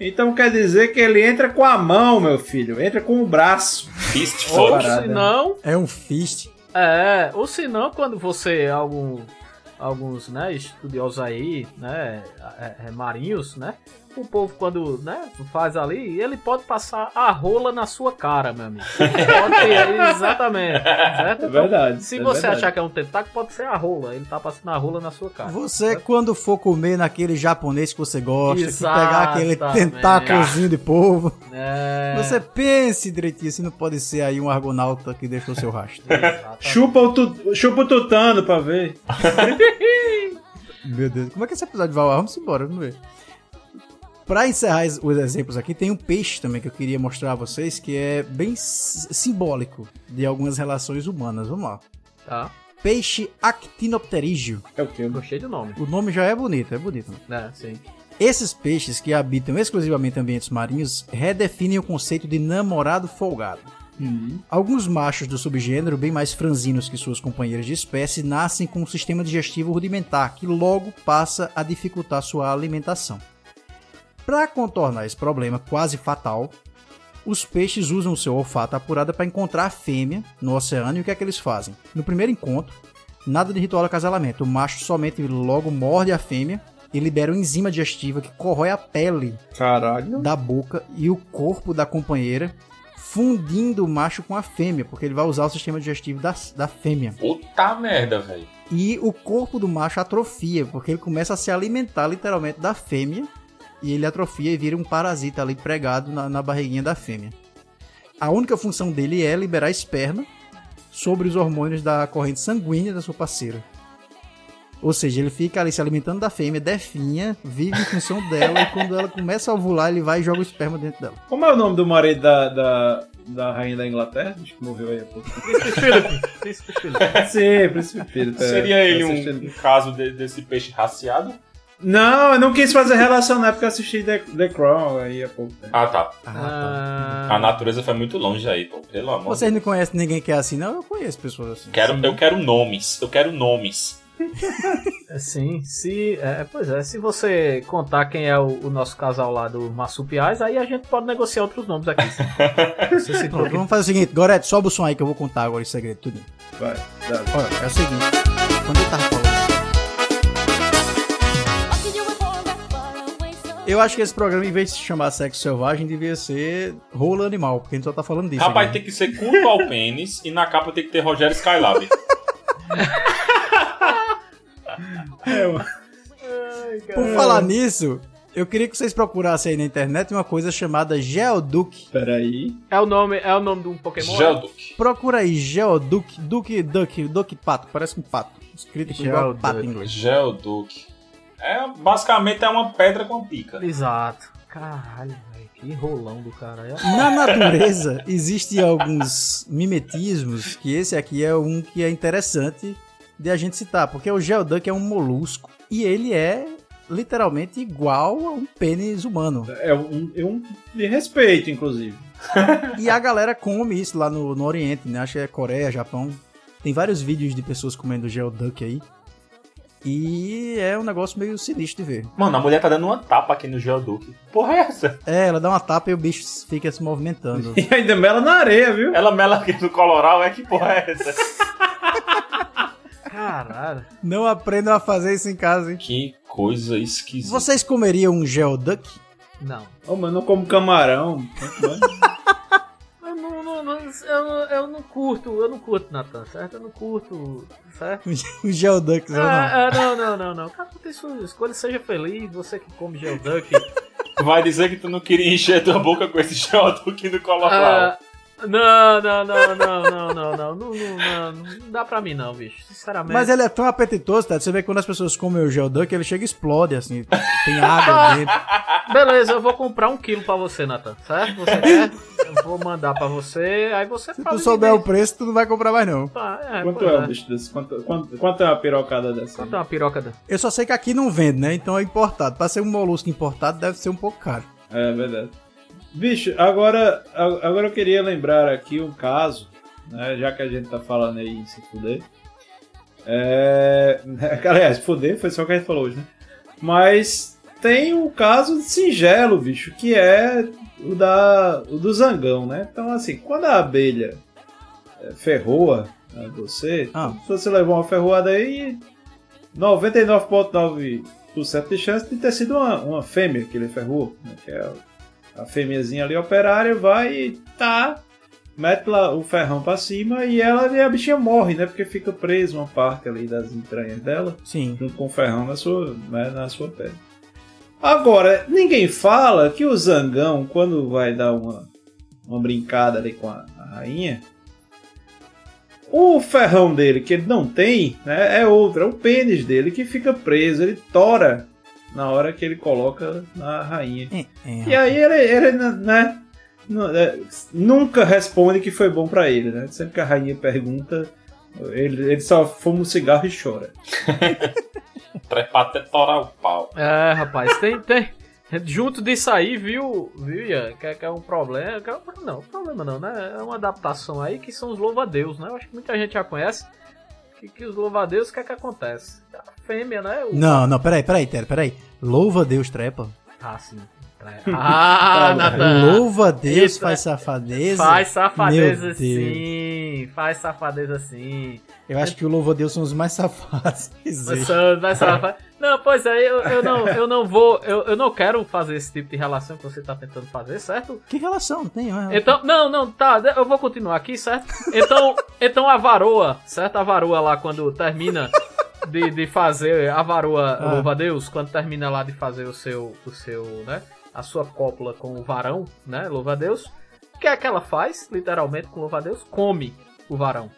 Speaker 7: então quer dizer que ele entra com a mão, meu filho. Entra com o braço.
Speaker 4: Fist
Speaker 3: Ou
Speaker 4: fuck.
Speaker 7: parada.
Speaker 3: se não,
Speaker 2: É um fist.
Speaker 3: é, ou se não, quando você, algum, alguns, né, estudiosos aí, né, é, é, marinhos, né, o povo, quando né, faz ali, ele pode passar a rola na sua cara, meu amigo. Pode ter, exatamente. Certo?
Speaker 7: É verdade,
Speaker 3: Então, Se
Speaker 7: é
Speaker 3: você
Speaker 7: verdade.
Speaker 3: achar que é um tentáculo, pode ser a rola. Ele tá passando a rola na sua cara.
Speaker 2: Você, quando for comer naquele japonês que você gosta, que
Speaker 3: Exatamente.
Speaker 2: pegar aquele tentáculozinho de polvo,
Speaker 3: É.
Speaker 2: você pense direitinho se não pode ser aí um argonauta que deixou seu rastro.
Speaker 3: Tá,
Speaker 7: Chupa o, tu- chupa o tutano pra ver.
Speaker 2: Meu Deus, como é que esse episódio vai? ao ar? Vamos embora, vamos ver. Pra encerrar es- os exemplos aqui, tem um peixe também que eu queria mostrar a vocês, que é bem s- simbólico de algumas relações humanas. Vamos lá.
Speaker 3: Tá.
Speaker 2: Peixe actinopterígeo.
Speaker 7: É o quê?
Speaker 3: Gostei do nome.
Speaker 2: O nome já é bonito, é bonito. né?
Speaker 3: É, sim.
Speaker 2: Esses peixes que habitam exclusivamente ambientes marinhos redefinem o conceito de namorado folgado. Alguns machos do subgênero, bem mais franzinos que suas companheiras de espécie, nascem com um sistema digestivo rudimentar que logo passa a dificultar sua alimentação. Para contornar esse problema quase fatal, os peixes usam seu olfato apurado para encontrar a fêmea no oceano e o que é que eles fazem? No primeiro encontro, nada de ritual de acasalamento, o macho somente logo morde a fêmea e libera uma enzima digestiva que corrói a pele
Speaker 7: Caralho.
Speaker 2: da boca e o corpo da companheira, fundindo o macho com a fêmea, porque ele vai usar o sistema digestivo da, da fêmea.
Speaker 4: Puta merda, velho.
Speaker 2: E o corpo do macho atrofia, porque ele começa a se alimentar literalmente da fêmea, e ele atrofia e vira um parasita ali pregado na, na barriguinha da fêmea. A única função dele é liberar esperma sobre os hormônios da corrente sanguínea da sua parceira. Ou seja, ele fica ali se alimentando da fêmea, definha, vive em função dela, e quando ela começa a ovular, ele vai e joga o esperma dentro dela.
Speaker 7: Como é o nome do marido da, da, da rainha da Inglaterra? Acho que morreu aí há pouco.
Speaker 3: Príncipe
Speaker 7: Sim, Príncipe Felipe. é,
Speaker 4: Seria ele
Speaker 7: assistindo.
Speaker 4: um, um caso de- desse peixe raciado?
Speaker 7: Não, eu não quis fazer relacionar porque eu assisti The, The Crown aí há pouco tempo.
Speaker 4: Ah, tá.
Speaker 3: Ah,
Speaker 4: A natureza foi muito longe aí, pô. Pelo amor de
Speaker 2: Vocês não conhecem ninguém que é assim, não? Eu conheço pessoas assim.
Speaker 4: Quero, eu quero nomes, eu quero nomes.
Speaker 3: É, Sim, se. É, pois é, se você contar quem é o, o nosso casal lá do Marsupiais, aí a gente pode negociar outros nomes aqui. se se
Speaker 2: Pronto, vamos fazer o seguinte, Gorete, sobe o som aí que eu vou contar agora esse segredo tudo.
Speaker 7: Vai, dá.
Speaker 2: Olha, é o seguinte, quando eu tava falando. Eu acho que esse programa, em vez de se chamar Sexo Selvagem, devia ser Rola Animal, porque a gente só tá falando disso.
Speaker 4: Rapaz,
Speaker 2: aqui,
Speaker 4: tem que ser curto ao pênis e na capa tem que ter Rogério Skylab. É,
Speaker 2: né? Por falar nisso, eu queria que vocês procurassem aí na internet uma coisa chamada Geoduck.
Speaker 7: Peraí.
Speaker 3: É o nome, é o nome de um Pokémon?
Speaker 4: Gelduck.
Speaker 2: Procura aí, Geoduck, Duck, Duck, Duck Pato, parece um pato. Escrito igual
Speaker 3: Geoduck.
Speaker 2: pato em inglês.
Speaker 4: Gelduck. É, basicamente é uma pedra com pica.
Speaker 3: Exato. Caralho, velho, que rolão do cara. É-
Speaker 2: Na natureza, existem alguns mimetismos, que esse aqui é um que é interessante de a gente citar, porque o Geoduck é um molusco e ele é literalmente igual a um pênis humano.
Speaker 7: É um, é um de respeito, inclusive.
Speaker 2: E a galera come isso lá no, no Oriente, né? Acho que é Coreia, Japão. Tem vários vídeos de pessoas comendo Geoduck aí. E é um negócio meio sinistro de ver.
Speaker 4: Mano, a mulher tá dando uma tapa aqui no Gelduck. Porra, é essa?
Speaker 2: É, ela dá uma tapa e o bicho fica se movimentando.
Speaker 7: E ainda mela na areia, viu?
Speaker 4: Ela mela aqui do Coloral, é que porra é essa?
Speaker 3: Caralho.
Speaker 2: Não aprendam a fazer isso em casa, hein?
Speaker 4: Que coisa esquisita.
Speaker 2: Vocês comeriam um Geoduck?
Speaker 3: Não.
Speaker 7: Ô, mas eu não como camarão.
Speaker 3: Eu não, não- não- eu, não- eu não curto, eu não curto, Natan, certo? Eu não curto, certo?
Speaker 2: Um Geoduck, não.
Speaker 3: Ah, ah, não, não, não, não. Cara, tem sua escolha, seja feliz, você que come Geoduck.
Speaker 4: Vai dizer que tu não queria encher tua boca com esse Gelduck do Coloral.
Speaker 3: Ah, não, não, não, não, não, não, não, não, não, não, não dá pra mim não, bicho. Sinceramente.
Speaker 2: Mas ele é tão apetitoso, tá? Você vê que quando as pessoas comem o Geoduck, ele chega e explode, assim. Tem água dentro.
Speaker 3: Beleza, eu vou comprar um quilo pra você, Natan, certo? Você quer? Eu vou mandar pra você, aí você
Speaker 2: Se
Speaker 3: fala
Speaker 2: tu
Speaker 3: de
Speaker 2: souber o
Speaker 3: mim.
Speaker 2: preço, tu não vai comprar mais, não.
Speaker 3: Pá, é,
Speaker 7: Quanto
Speaker 3: pois
Speaker 7: é um
Speaker 3: é.
Speaker 7: bicho desse? Quanto, quanto, quanto é uma pirocada dessa?
Speaker 3: Quanto é uma piroca da...
Speaker 2: Eu só sei que aqui não vende, né? Então é importado. Pra ser um molusco importado, deve ser um pouco caro.
Speaker 7: É verdade. Bicho, agora, a- agora eu queria lembrar aqui um caso, né, já que a gente tá falando aí em se fuder. É... Aliás, fuder foi só o que a gente falou hoje, né? Mas tem um caso singelo, bicho, que é o, da, o do zangão, né? Então, assim, quando a abelha é, ferroa né, você,
Speaker 2: Ah.
Speaker 7: se você levar uma ferroada aí, 99,9% 1% de chance de ter sido uma, uma fêmea que ele ferrou, né? que é a fêmeazinha ali operária, vai e tá, mete lá o ferrão pra cima e ela e a bichinha morre, né? Porque fica presa uma parte ali das entranhas dela,
Speaker 2: Sim.
Speaker 7: junto com o ferrão na sua, né, na sua pele. Agora, ninguém fala que o Zangão, quando vai dar uma, uma brincada ali com a, a rainha, o ferrão dele, que ele não tem, né, é outro, é o pênis dele que fica preso, ele tora na hora que ele coloca na rainha.
Speaker 2: É,
Speaker 7: E aí ele, ele né, nu- é, nunca responde que foi bom pra ele, né? Sempre que a rainha pergunta, ele, ele só fuma um cigarro e chora.
Speaker 4: Trepar até torar o pau.
Speaker 3: É, rapaz, tem, tem. Junto disso aí, viu, viu, Ian? Que, é- que é um problema. que é um- não, problema não, né? É uma adaptação aí que são os louva-a-deus, né? Eu acho que muita gente já conhece. Que, que os louva-a-deus, o que é que acontece? A fêmea, né? O-
Speaker 2: Não, não, peraí, peraí, Tere, peraí. Louva a Deus, trepa.
Speaker 3: Ah, sim. Ah, Natan.
Speaker 2: Louva a Deus,
Speaker 3: Isso,
Speaker 2: faz
Speaker 3: é.
Speaker 2: safadeza.
Speaker 3: Faz safadeza
Speaker 2: Meu Deus.
Speaker 3: sim. Faz safadeza sim.
Speaker 2: Eu acho que o louva a Deus são os mais safados. que
Speaker 3: Mas,
Speaker 2: existem.
Speaker 3: só- mas, só- fa- não, pois é, eu, eu não, eu não vou, eu, eu não quero fazer esse tipo de relação que você tá tentando fazer, certo?
Speaker 2: Que relação? Não tem, né?
Speaker 3: Então, não, não, tá, eu vou continuar aqui, certo? Então, então a varoa, certo? A varoa lá quando termina de, de fazer, a varoa,
Speaker 2: Ah.
Speaker 3: louva a Deus, quando termina lá de fazer o seu, o seu, né? A sua cópula com o varão, né? Louva a Deus. O que é que ela faz, literalmente, com louva a Deus? Come o varão.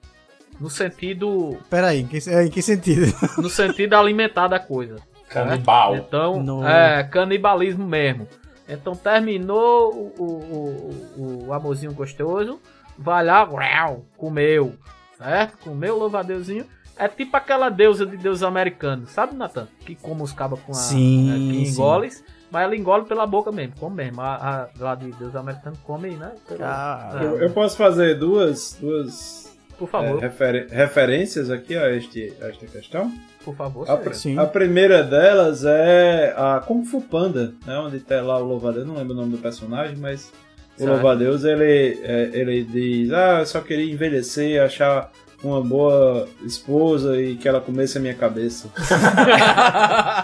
Speaker 3: No sentido,
Speaker 2: Peraí, em que, é, em que sentido?
Speaker 3: no sentido alimentar da coisa.
Speaker 4: Canibal.
Speaker 3: Então,
Speaker 2: No-
Speaker 3: é canibalismo mesmo. Então terminou o, o, o, o amorzinho gostoso, vai lá, uau, comeu, certo? Comeu, louvadeuzinho. É tipo aquela deusa de deus americano, sabe, Natan? Que como os cabas com a.
Speaker 2: Sim,
Speaker 3: é, que
Speaker 2: sim.
Speaker 3: engole, mas ela engole pela boca mesmo, come mesmo. A, a, lá de deus americano come, né? Pelo-
Speaker 2: Cara,
Speaker 7: Eu, eu posso fazer duas, duas
Speaker 3: por
Speaker 7: é,
Speaker 3: favor,
Speaker 7: referen- referências aqui a, este, a esta questão.
Speaker 3: por favor,
Speaker 7: A,
Speaker 3: senhor.
Speaker 7: pr-
Speaker 2: Sim.
Speaker 7: a primeira delas é a Kung Fu Panda, né? Onde tem lá o Louvadeus, não lembro o nome do personagem, mas o
Speaker 3: Certo.
Speaker 7: Louvadeus ele, é, ele diz: Ah, eu só queria envelhecer, achar uma boa esposa e que ela comesse a minha cabeça.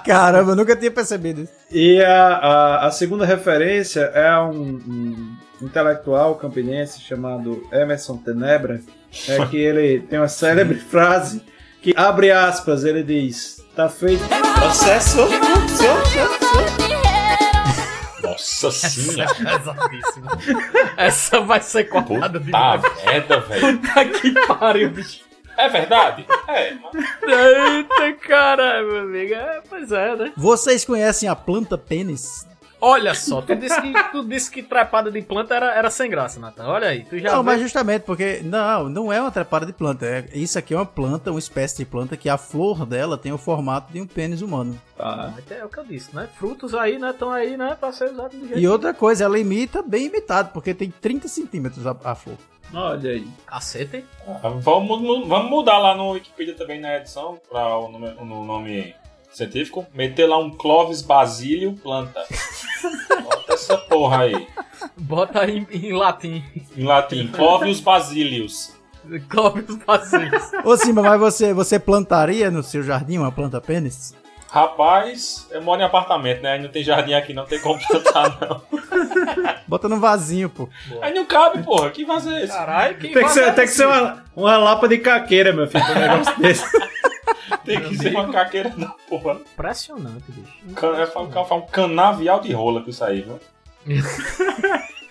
Speaker 2: Caramba, eu nunca tinha percebido isso.
Speaker 7: E a, a, a segunda referência é um, um intelectual campinense chamado Emerson Tenebra, é que ele tem uma célebre frase que abre aspas, ele diz, tá feito processo.
Speaker 4: Nossa senhora.
Speaker 3: Essa é pesadíssima. Essa vai ser cortada de
Speaker 4: Puta merda, velho.
Speaker 3: Puta que pariu, bicho.
Speaker 4: É verdade? É.
Speaker 3: Eita, caralho, meu amigo. É, pois é, né?
Speaker 2: Vocês conhecem a planta pênis?
Speaker 3: Olha só, tu disse que, tu disse que trepada de planta era, era sem graça, Natan. Olha aí, tu já.
Speaker 2: não,
Speaker 3: vê-
Speaker 2: mas justamente porque. Não, não é uma trepada de planta. É- isso aqui é uma planta, uma espécie de planta que a flor dela tem o formato de um pênis humano.
Speaker 7: Tá.
Speaker 3: É o que eu disse, né? Frutos aí, né? Estão aí, né? Pra ser usado do jeito.
Speaker 2: E outra coisa, ela imita bem imitado, porque tem 30 centímetros a, a flor.
Speaker 7: Olha aí.
Speaker 3: Cacete.
Speaker 4: Ah, Vamos, mu- vamos mudar lá no Wikipedia também na edição para o nome, no nome científico. Meter lá um Clovis Basílio planta. Bota essa porra aí.
Speaker 3: Bota aí em, em latim.
Speaker 4: Em latim, Clovis Basílios.
Speaker 3: Cobre os passinhos.
Speaker 2: Ô Simba, mas você, você plantaria no seu jardim uma planta pênis?
Speaker 4: Rapaz, eu moro em apartamento, né? Aí não tem jardim aqui, não tem como plantar, não.
Speaker 2: Bota num vasinho, pô.
Speaker 4: Aí não cabe, porra. Que vaso é esse?
Speaker 3: Caralho, que
Speaker 7: Tem que ser,
Speaker 3: vazio
Speaker 7: tem que ser
Speaker 3: isso.
Speaker 7: uma, uma lapa de caqueira, meu filho, pra um negócio desse.
Speaker 4: Tem que ser uma caqueira da porra.
Speaker 3: Impressionante, bicho.
Speaker 4: Can- É fa- ca- fa- um canavial de rola que isso aí, viu?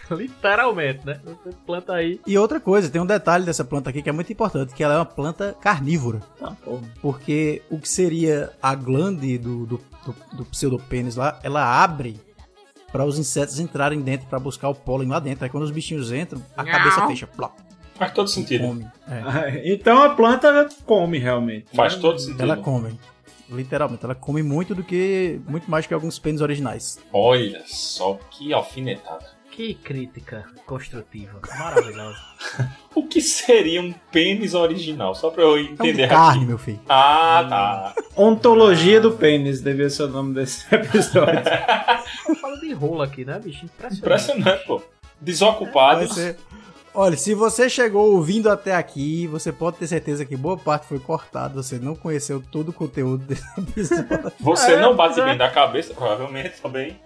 Speaker 3: Literalmente, né? Você Planta aí.
Speaker 2: E outra coisa, tem um detalhe dessa planta aqui que é muito importante, que ela é uma planta carnívora.
Speaker 7: Tá, porra.
Speaker 2: Porque o que seria a glande do, do, do, do pseudopênis lá, ela abre para os insetos entrarem dentro para buscar o pólen lá dentro. Aí quando os bichinhos entram, a cabeça fecha, plop,
Speaker 4: Faz todo sentido.
Speaker 2: come. É,
Speaker 7: Então a planta come realmente.
Speaker 4: Faz
Speaker 7: né?
Speaker 4: todo sentido.
Speaker 2: ela come. Literalmente, ela come muito do que. muito mais que alguns pênis originais.
Speaker 4: Olha só que alfinetada.
Speaker 3: Que crítica construtiva. Maravilhosa.
Speaker 4: O que seria um pênis original? Só pra eu
Speaker 2: É um de
Speaker 4: entender
Speaker 2: carne,
Speaker 4: aqui.
Speaker 2: meu filho.
Speaker 4: Ah, tá.
Speaker 7: Ontologia do pênis, devia ser o nome desse episódio.
Speaker 3: Fala de rola aqui, né, bicho? Impressionante.
Speaker 4: Impressionante, pô. Desocupados.
Speaker 2: Vai ser, Olha, se você chegou ouvindo até aqui, você pode ter certeza que boa parte foi cortada. Você não conheceu todo o conteúdo desse episódio.
Speaker 4: Você não bate bem da cabeça, provavelmente tá também.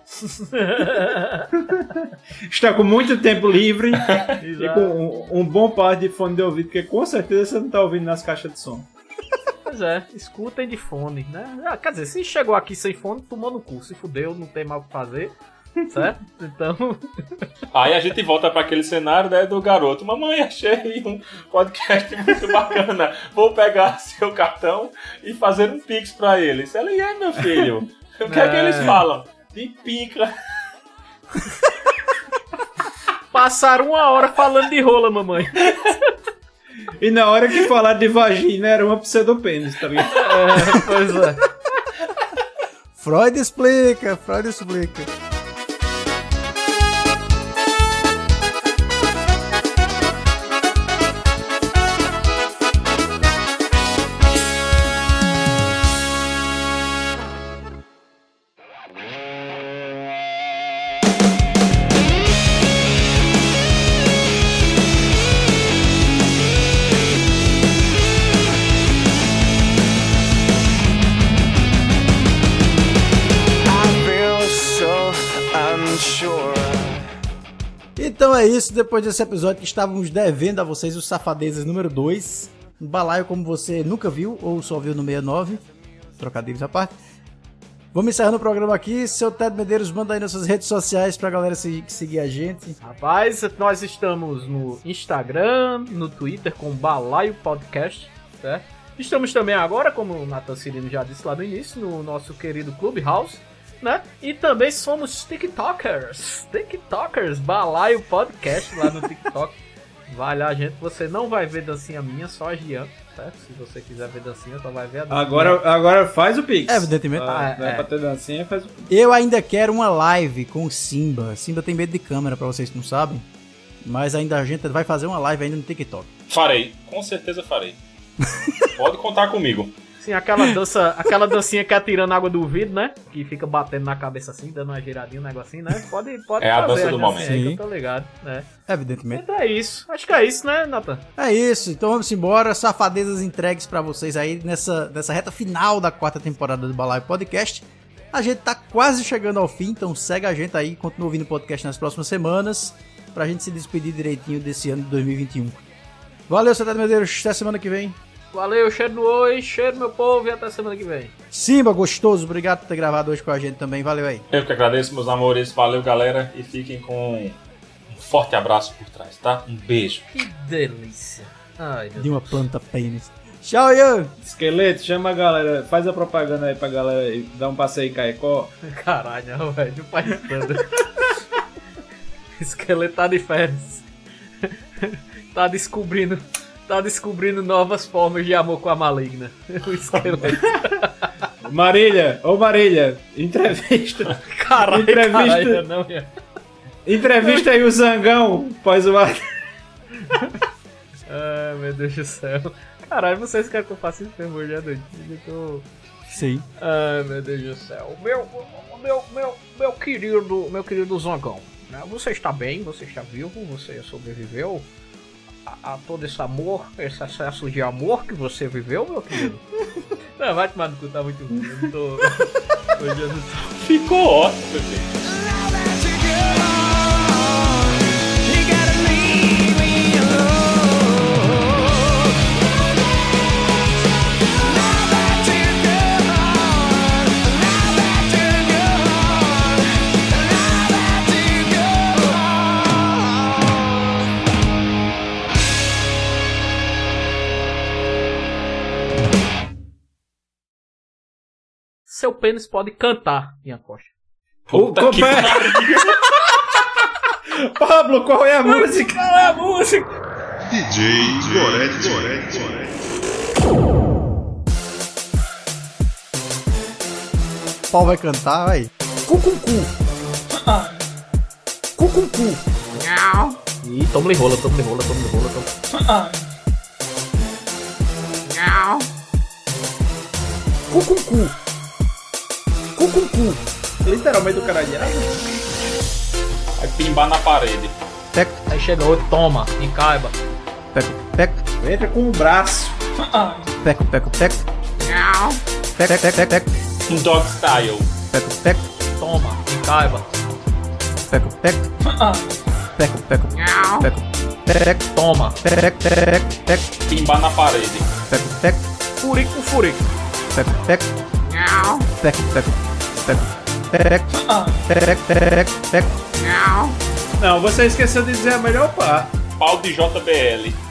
Speaker 7: Está com muito tempo livre e com um, um bom par de fone de ouvido, porque com certeza você não está ouvindo nas caixas de som.
Speaker 3: Pois é, escutem de fone, né? Ah, Quer dizer, se chegou aqui sem fone, tomou no cu. Se fudeu, não tem mais o que fazer. Certo? Então,
Speaker 4: Aí a gente volta para aquele cenário né, do garoto. Mamãe, achei um podcast muito bacana. Vou pegar seu cartão e fazer um pix para eles. Ela, e aí, meu filho? O que é que
Speaker 3: É.
Speaker 4: eles falam? De pica.
Speaker 3: passaram uma hora falando de rola, mamãe.
Speaker 7: E na hora que falar de vagina era uma pseudopênis, tá ligado?
Speaker 3: É, pois é.
Speaker 2: Freud explica, Freud explica. Então é isso, depois desse episódio que estávamos devendo a vocês os Safadezas número 2, um balaio como você nunca viu ou só viu no 69, trocadilhos à parte. Vamos encerrando o programa aqui, seu Ted Medeiros, manda aí nas suas redes sociais pra galera se- seguir a gente.
Speaker 3: Rapaz, nós estamos no Instagram, no Twitter com Balaio Podcast, certo? Estamos também agora, como o Nathan Cirino já disse lá no início, no nosso querido Clubhouse, né? E também somos TikTokers, TikTokers, Balaio Podcast lá no TikTok. Vai lá, gente, você não vai ver dancinha minha, só a Gian, certo? Se você quiser ver dancinha, só vai ver a dancinha.
Speaker 7: Agora, agora faz o pix.
Speaker 2: É, evidentemente.
Speaker 7: Ah,
Speaker 3: É,
Speaker 7: vai
Speaker 3: é.
Speaker 7: pra ter dancinha, faz o pix.
Speaker 2: Eu ainda quero uma live com o Simba. Simba tem medo de câmera, pra vocês que não sabem. Mas ainda a gente vai fazer uma live ainda no TikTok.
Speaker 4: Farei, com certeza farei. Pode contar comigo.
Speaker 3: Sim, aquela dança, aquela dancinha que é tirando água do vidro, né? Que fica batendo na cabeça assim, dando uma giradinha, um negocinho, né? Pode, pode
Speaker 4: É a
Speaker 3: fazer
Speaker 4: dança do
Speaker 3: dancinha
Speaker 4: momento.
Speaker 3: aí que
Speaker 2: Sim.
Speaker 3: eu tô ligado, né?
Speaker 2: Evidentemente.
Speaker 3: Então é isso. Acho que é isso, né, Nathan?
Speaker 2: É isso, então vamos embora. Safadezas entregues pra vocês aí nessa, nessa reta final da quarta temporada do Balai Podcast. A gente tá quase chegando ao fim, então segue a gente aí, continua ouvindo o podcast nas próximas semanas, pra gente se despedir direitinho desse ano de 2021. Valeu, Cidade Medeiros, até semana que vem.
Speaker 3: Valeu, cheiro no oi, cheiro meu povo e até semana que vem.
Speaker 2: Simba, gostoso, obrigado por ter gravado hoje com a gente também, valeu aí.
Speaker 4: Eu que agradeço, meus amores. Valeu, galera. E fiquem com um forte abraço por trás, tá? Um beijo.
Speaker 3: Que delícia. Ai, meu
Speaker 2: De um- uma planta pênis. Tchau, Ian!
Speaker 7: Esqueleto, chama a galera, faz a propaganda aí pra galera aí, dá um passeio em Caicó.
Speaker 3: Deus. Caralho, não, velho. Pai de Thunder. Esqueleto tá de férias. Tá descobrindo. Tá descobrindo novas formas de amor com a maligna. O esqueleto.
Speaker 7: Marília, ô Marília, entrevista.
Speaker 3: Caralho,
Speaker 7: Entrevista.
Speaker 3: caralho, não, Ian.
Speaker 7: Entrevista aí o Zangão, pós o ar.
Speaker 3: Ai, meu Deus do céu. Caralho, vocês querem que eu faça isso mesmo hoje à noite? Eu tô...
Speaker 2: Sim.
Speaker 3: Ai, meu Deus do céu. Meu, meu, meu, meu querido, meu querido Zangão, né? você está bem, você está vivo, você sobreviveu a, a todo esse amor, esse excesso de amor que você viveu, meu querido? Não, vai tomar no cu, tá muito ruim. Eu não tô... Hoje eu não tô...
Speaker 4: Ficou ótimo, gente.
Speaker 3: Seu pênis pode cantar, minha coxa.
Speaker 4: Puta que
Speaker 7: Como é? Pablo, qual é a música?
Speaker 3: Caralho, a música!
Speaker 2: O pau vai cantar, vai.
Speaker 3: Ih, toma-lhe rola, toma-lhe rola, toma-lhe rola, toma
Speaker 7: Literalmente o cara de ah,
Speaker 4: Vai pimbar na parede.
Speaker 2: peco.
Speaker 3: Aí chega outro, toma, encaiba.
Speaker 2: Peco, peco.
Speaker 7: Entra com o braço.
Speaker 2: Peco, peco, peco. Peco, peco, peco, peco.
Speaker 4: Um dog style.
Speaker 2: Peco, peco.
Speaker 3: Toma, Ah. encaiba.
Speaker 2: Peco, peco. Peco, peco. Peco, peco.
Speaker 3: Toma.
Speaker 2: Peco, peco, peco.
Speaker 4: Pimbar na parede.
Speaker 2: Peco, peco.
Speaker 3: Furico com furico.
Speaker 2: Peco, peco. Peco, peco. Peco, peco.
Speaker 3: Ah.
Speaker 2: Peco, peco, peco.
Speaker 7: Não, você esqueceu de dizer a melhor parte.
Speaker 4: Pau de JBL.